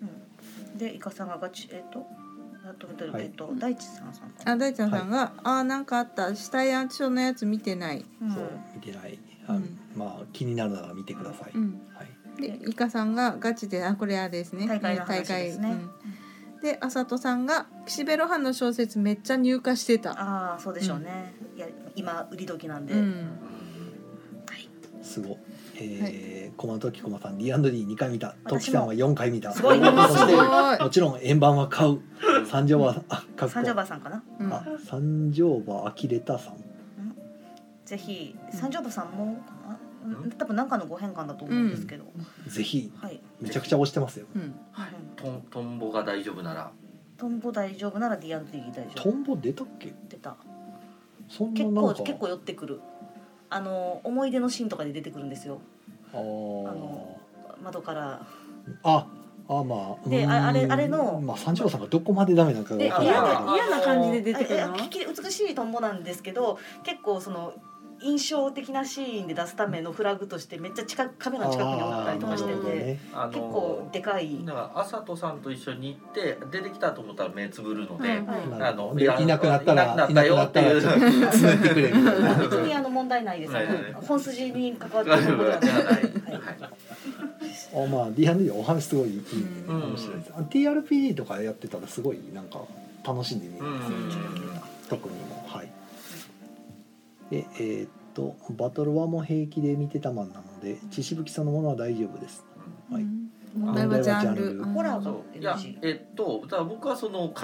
Speaker 4: うん、でイカさんががちえっ、とあとえっ、
Speaker 2: はい
Speaker 4: と大地さんさんかな
Speaker 3: あ、大ちゃんさんが、ああ、なんかあった、死体暗証のやつ見てない。
Speaker 4: うん
Speaker 2: そう見てない。あ
Speaker 3: うん
Speaker 2: まあ気になるなら見てください。
Speaker 3: うん、
Speaker 2: はい。
Speaker 3: で、イカさんがガチで、あ、これあれですね。
Speaker 4: 大会の話ですね
Speaker 3: 大会うんで、あさとさんが、岸辺露伴の小説めっちゃ入荷してた。
Speaker 4: ああそうでしょうね、いや今売り時なんで、
Speaker 3: うん。
Speaker 2: すご。えー、駒の時駒さん D&D2 回見た
Speaker 4: 私も
Speaker 2: 時さんは4回見た
Speaker 4: すごいね
Speaker 2: そして
Speaker 3: ごい
Speaker 2: もちろん円盤は買う三条はあかっこ
Speaker 4: 三条婆さんかな
Speaker 3: うん
Speaker 2: あ三条馬あきれたさん
Speaker 4: ぜひ
Speaker 3: うん
Speaker 4: 三条婆さんもかな、うん
Speaker 6: うん
Speaker 4: 多分何かのご変換だと思うんですけど、
Speaker 2: ぜひ
Speaker 4: はい、
Speaker 2: めちゃくちゃ押してますよ
Speaker 3: うん。
Speaker 4: うん
Speaker 6: トントンボが大丈夫なら
Speaker 4: トンボ大丈夫なら D&D 大丈
Speaker 2: ト
Speaker 4: 夫
Speaker 2: ンボ出たっけ
Speaker 4: 出た
Speaker 2: そんな
Speaker 4: 結
Speaker 2: な
Speaker 4: 構
Speaker 2: んか
Speaker 4: 結構寄ってくるあの思い出のシーンとかで出てくるんですよ
Speaker 2: あー
Speaker 4: 窓から
Speaker 2: ああまあ
Speaker 4: で
Speaker 2: うーん
Speaker 4: ああれあれの
Speaker 2: まあ三条さんがどこまでダメなのかが
Speaker 4: で
Speaker 2: 分
Speaker 4: 嫌
Speaker 2: か
Speaker 4: な
Speaker 2: ら
Speaker 6: いや
Speaker 2: ないけど
Speaker 4: 嫌
Speaker 6: あ
Speaker 4: な感じで
Speaker 3: 出てくるの
Speaker 4: あいやき美しいトンボなんですけど結構その印象的なシーンで出すためのフラグとしてめっちゃ近くカメラの近くに置ったりとかして
Speaker 2: あーなるほど
Speaker 4: て、
Speaker 2: ね
Speaker 6: あの
Speaker 4: 結構でかい。
Speaker 6: だから朝とさんと一緒に行って出てきたと思ったら目つぶるので、
Speaker 3: うん
Speaker 4: はい
Speaker 2: な
Speaker 6: あ
Speaker 2: るほど
Speaker 6: の
Speaker 2: でいなくなったら
Speaker 6: いなくなったよっていう
Speaker 2: いなくなったらちょっと詰めてくれみたいな
Speaker 4: 別にあの問題ないです、
Speaker 6: はいはいはい
Speaker 4: 本筋に関わっ
Speaker 6: 大
Speaker 4: てる
Speaker 6: 丈
Speaker 4: こと
Speaker 6: 夫
Speaker 4: は
Speaker 6: じゃない、
Speaker 4: ない。
Speaker 6: はい
Speaker 2: あまあ D&D お話すごいいいんで
Speaker 6: うん
Speaker 2: 面白いです、あ TRPG とかやってたらすごいなんか楽しんでみる、特にもはいでえーっとバトルはもう平気で見てたまんなので血しぶきそのものは大丈夫ですはい
Speaker 3: 問題はジャン
Speaker 2: 問題はジ
Speaker 3: ル。
Speaker 2: ャンル
Speaker 3: うん
Speaker 4: ホラーが
Speaker 6: そういや
Speaker 4: NG
Speaker 6: えっとだから僕はその考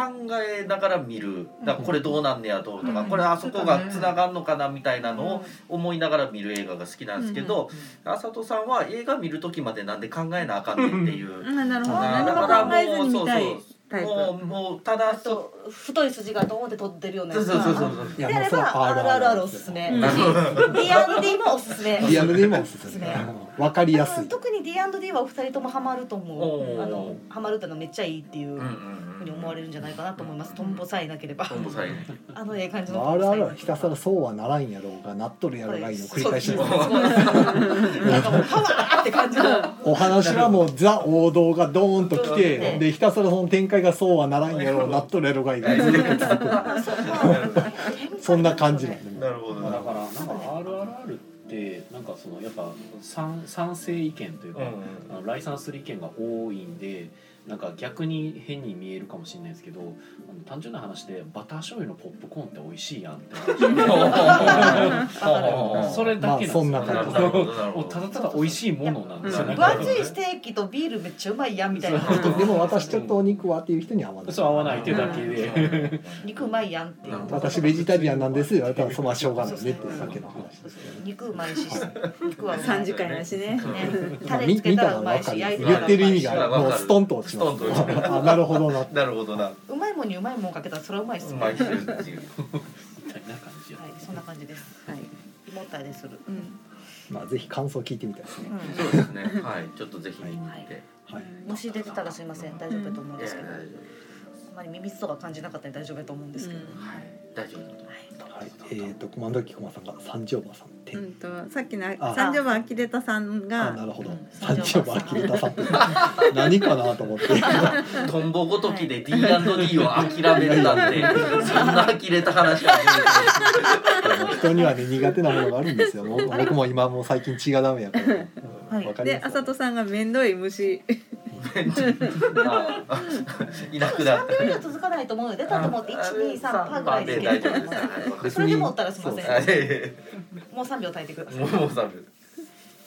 Speaker 6: えながら見るだからこれどうなんねやどうとか、
Speaker 3: うん
Speaker 6: これあそこがつながんのかなみたいなのを思いながら見る映画が好きなんですけど、あさとさんは映画見る時までなんで考えなあかんねんっていう。
Speaker 3: あなるほど。
Speaker 6: あー
Speaker 3: 何も
Speaker 6: だから
Speaker 3: 考
Speaker 6: もう
Speaker 3: えずに見たい
Speaker 6: そうそう
Speaker 3: タイプ。
Speaker 6: もうもうた
Speaker 4: あ
Speaker 6: だそう
Speaker 4: と太い筋がドーンって取ってるような
Speaker 6: そう
Speaker 4: やつ
Speaker 6: そうそうそう
Speaker 4: が。
Speaker 6: そう
Speaker 2: い
Speaker 4: で
Speaker 2: や
Speaker 4: あれ
Speaker 2: それ
Speaker 4: ば
Speaker 2: は
Speaker 4: RRR おすすめ。
Speaker 3: うん
Speaker 4: D&D もおすすめ。
Speaker 2: リアルでもおすすめ
Speaker 4: おすす
Speaker 2: 分かりやすい
Speaker 4: 特に D&D はお二人ともハマると思う。
Speaker 6: おー
Speaker 4: あのハマるってのめっちゃいいっていう。
Speaker 6: うんうんうん
Speaker 4: に思われるんじゃないかなと思いますトンボさえなければ
Speaker 6: トンボさえ
Speaker 4: あのええ感じ
Speaker 2: ま
Speaker 4: の
Speaker 2: あ、あるあるはひたすら
Speaker 4: そ
Speaker 2: そうはならんやろうがなっとるやろうがいいの繰り返し
Speaker 4: う
Speaker 2: で
Speaker 4: です
Speaker 2: す
Speaker 4: そうですなんかもうパワーって感じの
Speaker 2: お話はもうザ王道がドーンと来
Speaker 4: ドーン
Speaker 2: て
Speaker 4: と
Speaker 2: でひたすらその展開がそうはならんやろうなっとるやろうがいいのずっと続く [LAUGHS] そんな感じなんで
Speaker 6: なるほど
Speaker 1: まあ
Speaker 6: な
Speaker 1: だからなんか RRR ってなんかそのやっぱ賛賛成意見というか、あのライサンスする意見が多いんでなんか逆に変に見えるかもしれないですけどあの単純な話でバター醤油のポップコーンって美味しいやんって
Speaker 6: [LAUGHS]
Speaker 1: 話それだけなんですよ、
Speaker 2: まあそんな
Speaker 6: 感じなるほどなるほど
Speaker 1: もうただただ美味しいものなんですよね
Speaker 4: 分厚いステーキとビールめっちゃうまいやんみたいな
Speaker 2: すでも私ちょっとお肉はっていう人には合わない
Speaker 1: そう合わないってだけで
Speaker 4: 肉うまいやんっていう
Speaker 2: 私ベジタリアンなんですよ言われたらそれはしょうがないねっていうだけの話
Speaker 4: そうそう肉うまいし肉はうまい
Speaker 3: 三時間やしね。
Speaker 4: ね
Speaker 2: ま
Speaker 4: タ
Speaker 2: あ
Speaker 4: レ
Speaker 2: 見
Speaker 4: つけ
Speaker 2: 見
Speaker 4: た
Speaker 2: た
Speaker 4: ら
Speaker 2: ら
Speaker 4: うま
Speaker 2: わ
Speaker 4: い
Speaker 2: [LAUGHS] か
Speaker 4: し
Speaker 2: る
Speaker 4: 焼いた
Speaker 2: 言
Speaker 4: ら
Speaker 2: って
Speaker 4: う
Speaker 2: る
Speaker 4: ま
Speaker 2: 意
Speaker 4: い
Speaker 2: 味
Speaker 4: し
Speaker 2: がもうストンと落ちます
Speaker 6: ストンと落ちます
Speaker 2: あなるほどな
Speaker 6: なるほどな
Speaker 4: うまいもんにうまいもんかけたらそれはうまいっす
Speaker 6: う
Speaker 4: よね
Speaker 6: ま
Speaker 4: はい
Speaker 6: い人っていう
Speaker 1: みたいな感じや
Speaker 4: そんな感じです
Speaker 3: はい。
Speaker 4: 胃もたれする
Speaker 3: うん。
Speaker 2: まあぜひ感想聞いてみたいですね
Speaker 4: うん
Speaker 6: そうですねはいちょっとぜひ見に行って
Speaker 2: はい
Speaker 4: もし出てたらすいません大丈夫だと思うん
Speaker 6: い
Speaker 4: で
Speaker 6: や
Speaker 4: すけど、
Speaker 6: 大丈
Speaker 4: あまり耳密とか感じなかったんで大丈夫だと思うんですけど、
Speaker 3: うん
Speaker 6: 夫はい大丈夫だと思います
Speaker 2: はいえっ、とコマンドキコマさんが三条馬さんって、
Speaker 3: うんとさっきの
Speaker 2: あ
Speaker 3: 三条番アキレタさん
Speaker 2: あ
Speaker 3: が
Speaker 2: なるほど
Speaker 3: うん
Speaker 2: 三条馬切れたさんって [LAUGHS] 何かなと思って
Speaker 6: トンボごときで D&D を諦めてたんで、そんな呆れた話は初めて
Speaker 2: 人にはね苦手なものがあるんですよもう僕も今もう最近血がダメやから、
Speaker 4: はい
Speaker 2: わかり
Speaker 3: で
Speaker 2: ま
Speaker 3: あさ
Speaker 2: す
Speaker 3: とさんがめんどい虫。
Speaker 6: ああいなくなった。
Speaker 4: 3秒以上続かないと思うので出たと思って123パーぐらいで
Speaker 6: で
Speaker 4: つけ
Speaker 6: 大
Speaker 4: てもらいますそれで
Speaker 6: 丈夫です。はいわかりまし
Speaker 4: もおったらすいませ
Speaker 6: たは
Speaker 4: ん
Speaker 6: い
Speaker 4: もう3秒耐えてください
Speaker 6: もうもう三秒。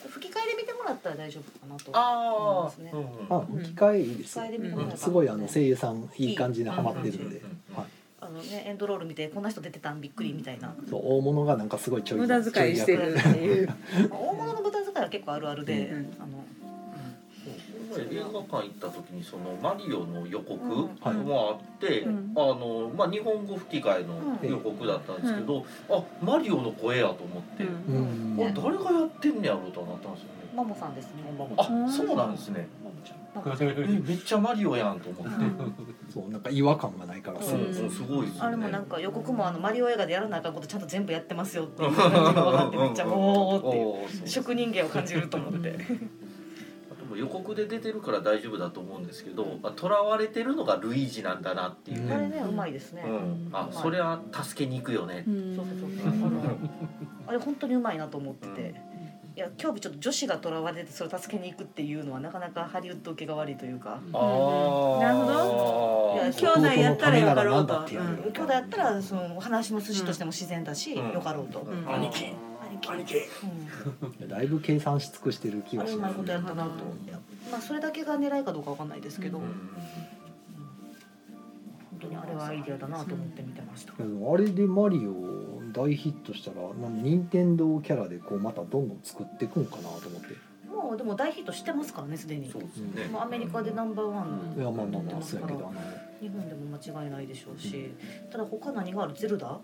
Speaker 4: 吹き替えで見てもらったら大丈夫かなと
Speaker 6: あ
Speaker 4: あ
Speaker 6: うんう
Speaker 2: あ
Speaker 6: ん
Speaker 2: 吹き替えいいですよ
Speaker 4: 吹き替えで見てもらえば
Speaker 2: すごいあの声優さんいい感じにハマってるんで
Speaker 6: うんうん、
Speaker 2: はい、
Speaker 4: あのねエンドロール見てこんな人出てたんびっくりみたいな
Speaker 2: そう大物がなんかすごいちょい
Speaker 3: 無駄遣いしてるっていう。
Speaker 4: まあ大物の無駄遣いは結構あるあるで、
Speaker 3: うん
Speaker 4: あの
Speaker 6: 映画館行った時にそのマリオの予告も
Speaker 2: はい
Speaker 6: あって、
Speaker 3: うん
Speaker 6: あのまあ日本語吹き替えの予告だったんですけど、あマリオの声やと思って、
Speaker 3: うん
Speaker 2: うん
Speaker 6: あ誰がやってんねやろうとなったんですよね。
Speaker 4: マモさんですね
Speaker 6: あそうなんですね。
Speaker 4: マモさん
Speaker 6: えめっちゃマリオやんと思って。
Speaker 2: そうなんか違和感がないから
Speaker 6: う
Speaker 2: さ、
Speaker 6: んうんすごいですね。
Speaker 4: あれもなんか予告もあのマリオ映画でやらなあかんことちゃんと全部やってますよっていう感じが分かってめっちゃおおっていう
Speaker 6: おーそう
Speaker 4: 職人芸を感じると思って
Speaker 6: でも予告で出てるから大丈夫だと思うんですけど、まあ、囚われてるのがルイージなんだなっていう
Speaker 2: うん
Speaker 4: あれ
Speaker 6: ね、
Speaker 4: ねうまいですね、
Speaker 6: うんあ
Speaker 4: うん
Speaker 6: それは助けに行くよね
Speaker 3: う、
Speaker 4: そうそうそうんあのあれ本当にうまいなと思ってて、
Speaker 6: うん
Speaker 4: いや今日ちょっと女子がとらわれてそれを助けに行くっていうのはなかなかハリウッド受けが悪いというか、
Speaker 6: あー
Speaker 3: なるほ
Speaker 4: ど
Speaker 6: あー
Speaker 3: 兄弟やったらよかろうと。
Speaker 4: 兄弟だったらその話の筋としても自然だし、
Speaker 6: うん
Speaker 4: よかろうと、
Speaker 6: うん
Speaker 1: 兄貴
Speaker 4: 兄貴
Speaker 1: 兄貴
Speaker 4: う
Speaker 2: だいぶ計算し尽くしてる気
Speaker 4: ん、
Speaker 2: が
Speaker 4: あれ
Speaker 2: し
Speaker 4: うま
Speaker 2: ま
Speaker 4: い
Speaker 2: す
Speaker 4: ことやったなと、いやまあそれだけが狙いかどうかわかんないですけど、
Speaker 3: う
Speaker 6: うん
Speaker 4: 本当にあれはアイディアだなと思って見てました、
Speaker 2: いやでもあれでマリオ大ヒットしたらなん任天堂キャラでこうまたどんどん作っていくんかなと思ってい
Speaker 4: もうでも大ヒットしてますからねすでに
Speaker 6: そうですね、
Speaker 4: もうアメリカでナンバーワン
Speaker 2: やまあまあまあそうやけどあの
Speaker 4: 日本でも間違いないでしょうし、ただ他何があるゼルダ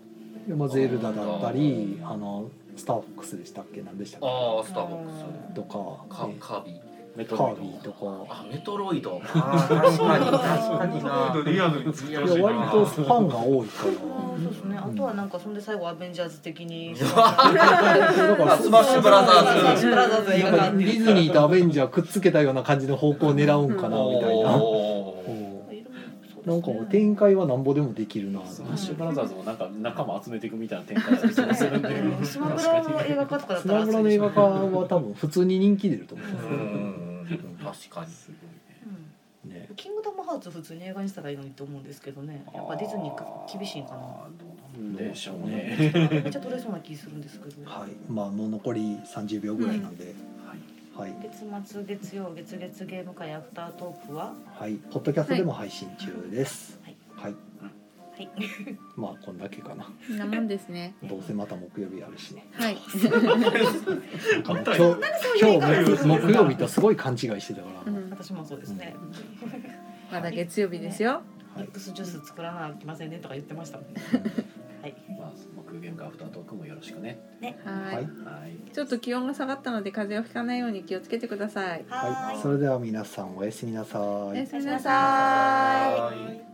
Speaker 2: いやまあゼルダだったりあのスターフォックスでしたっけ何でしたっけ
Speaker 6: ああスターボック
Speaker 2: とか
Speaker 6: スか
Speaker 2: ね
Speaker 6: カービィ
Speaker 1: メ
Speaker 2: カ
Speaker 1: トロイ
Speaker 2: ービィとか
Speaker 6: あメトロイドあー確かに確かにな
Speaker 5: リアルに作っ
Speaker 2: い
Speaker 5: て
Speaker 2: や
Speaker 5: ほしいな
Speaker 2: 割とファンが多いか
Speaker 4: うんそうですね、あとはなんかそんで最後アベンジャーズ的に
Speaker 2: らだから
Speaker 6: ス [LAUGHS] マッシュブラザ
Speaker 4: スマッ
Speaker 6: ー
Speaker 4: シ
Speaker 6: ズ
Speaker 4: ュブラザーズの映
Speaker 2: や
Speaker 4: 画
Speaker 2: っぱ
Speaker 4: 館
Speaker 2: りディズニーとアベンジャーくっつけたような感じの方向を狙うん
Speaker 6: [LAUGHS]
Speaker 2: かなみたいな
Speaker 6: おー
Speaker 2: うんなんか展開はなんぼでもできるな
Speaker 1: ス
Speaker 2: ス
Speaker 1: マッシュブラザーズもなんか仲間集めていくみたいな展開がそうするんで
Speaker 4: スマブラの映画化とかだったら
Speaker 2: マブラの映画化は多分普通に人気出ると思う
Speaker 6: うんうんうん確かに
Speaker 2: ね
Speaker 4: キングダムハーツ普通に映画にしたらいいのにと思うんですけどねやっぱディズニー厳しいんかな
Speaker 1: あーどうなんでしょうね
Speaker 4: めっちゃ取れそうな気するんですけど、
Speaker 2: はい、まあもう残り30秒ぐらいなんで、
Speaker 1: はい
Speaker 2: はい
Speaker 4: 月末月曜月月ゲーム会アフタートークは
Speaker 2: はい、ポッドキャストでも配信中です。
Speaker 4: はい
Speaker 2: はい、
Speaker 4: はい
Speaker 2: まあこんだけかな。
Speaker 3: こんなもんですね。
Speaker 2: どうせまた木曜日あるしね。
Speaker 3: はい。 [LAUGHS]
Speaker 2: なんかもう今
Speaker 5: ま
Speaker 2: 日
Speaker 5: たよ
Speaker 2: 今日木木曜日とすごい勘違いしてたか
Speaker 3: う
Speaker 2: ら。
Speaker 3: ん
Speaker 4: 私もそうですね、
Speaker 3: まだ月曜日ですよ。
Speaker 4: ミックスジュース作らなきゃいけませんねとか言ってましたもんねはい
Speaker 1: まあ木源かアフタートークもよろしくね
Speaker 2: は
Speaker 3: はいい。
Speaker 1: はい
Speaker 3: ちょっと気温が下がったので風邪をひかないように気をつけてください。
Speaker 4: は
Speaker 2: はい、それでは皆さんおやすみなさい。
Speaker 3: おやすみなさい。
Speaker 6: はい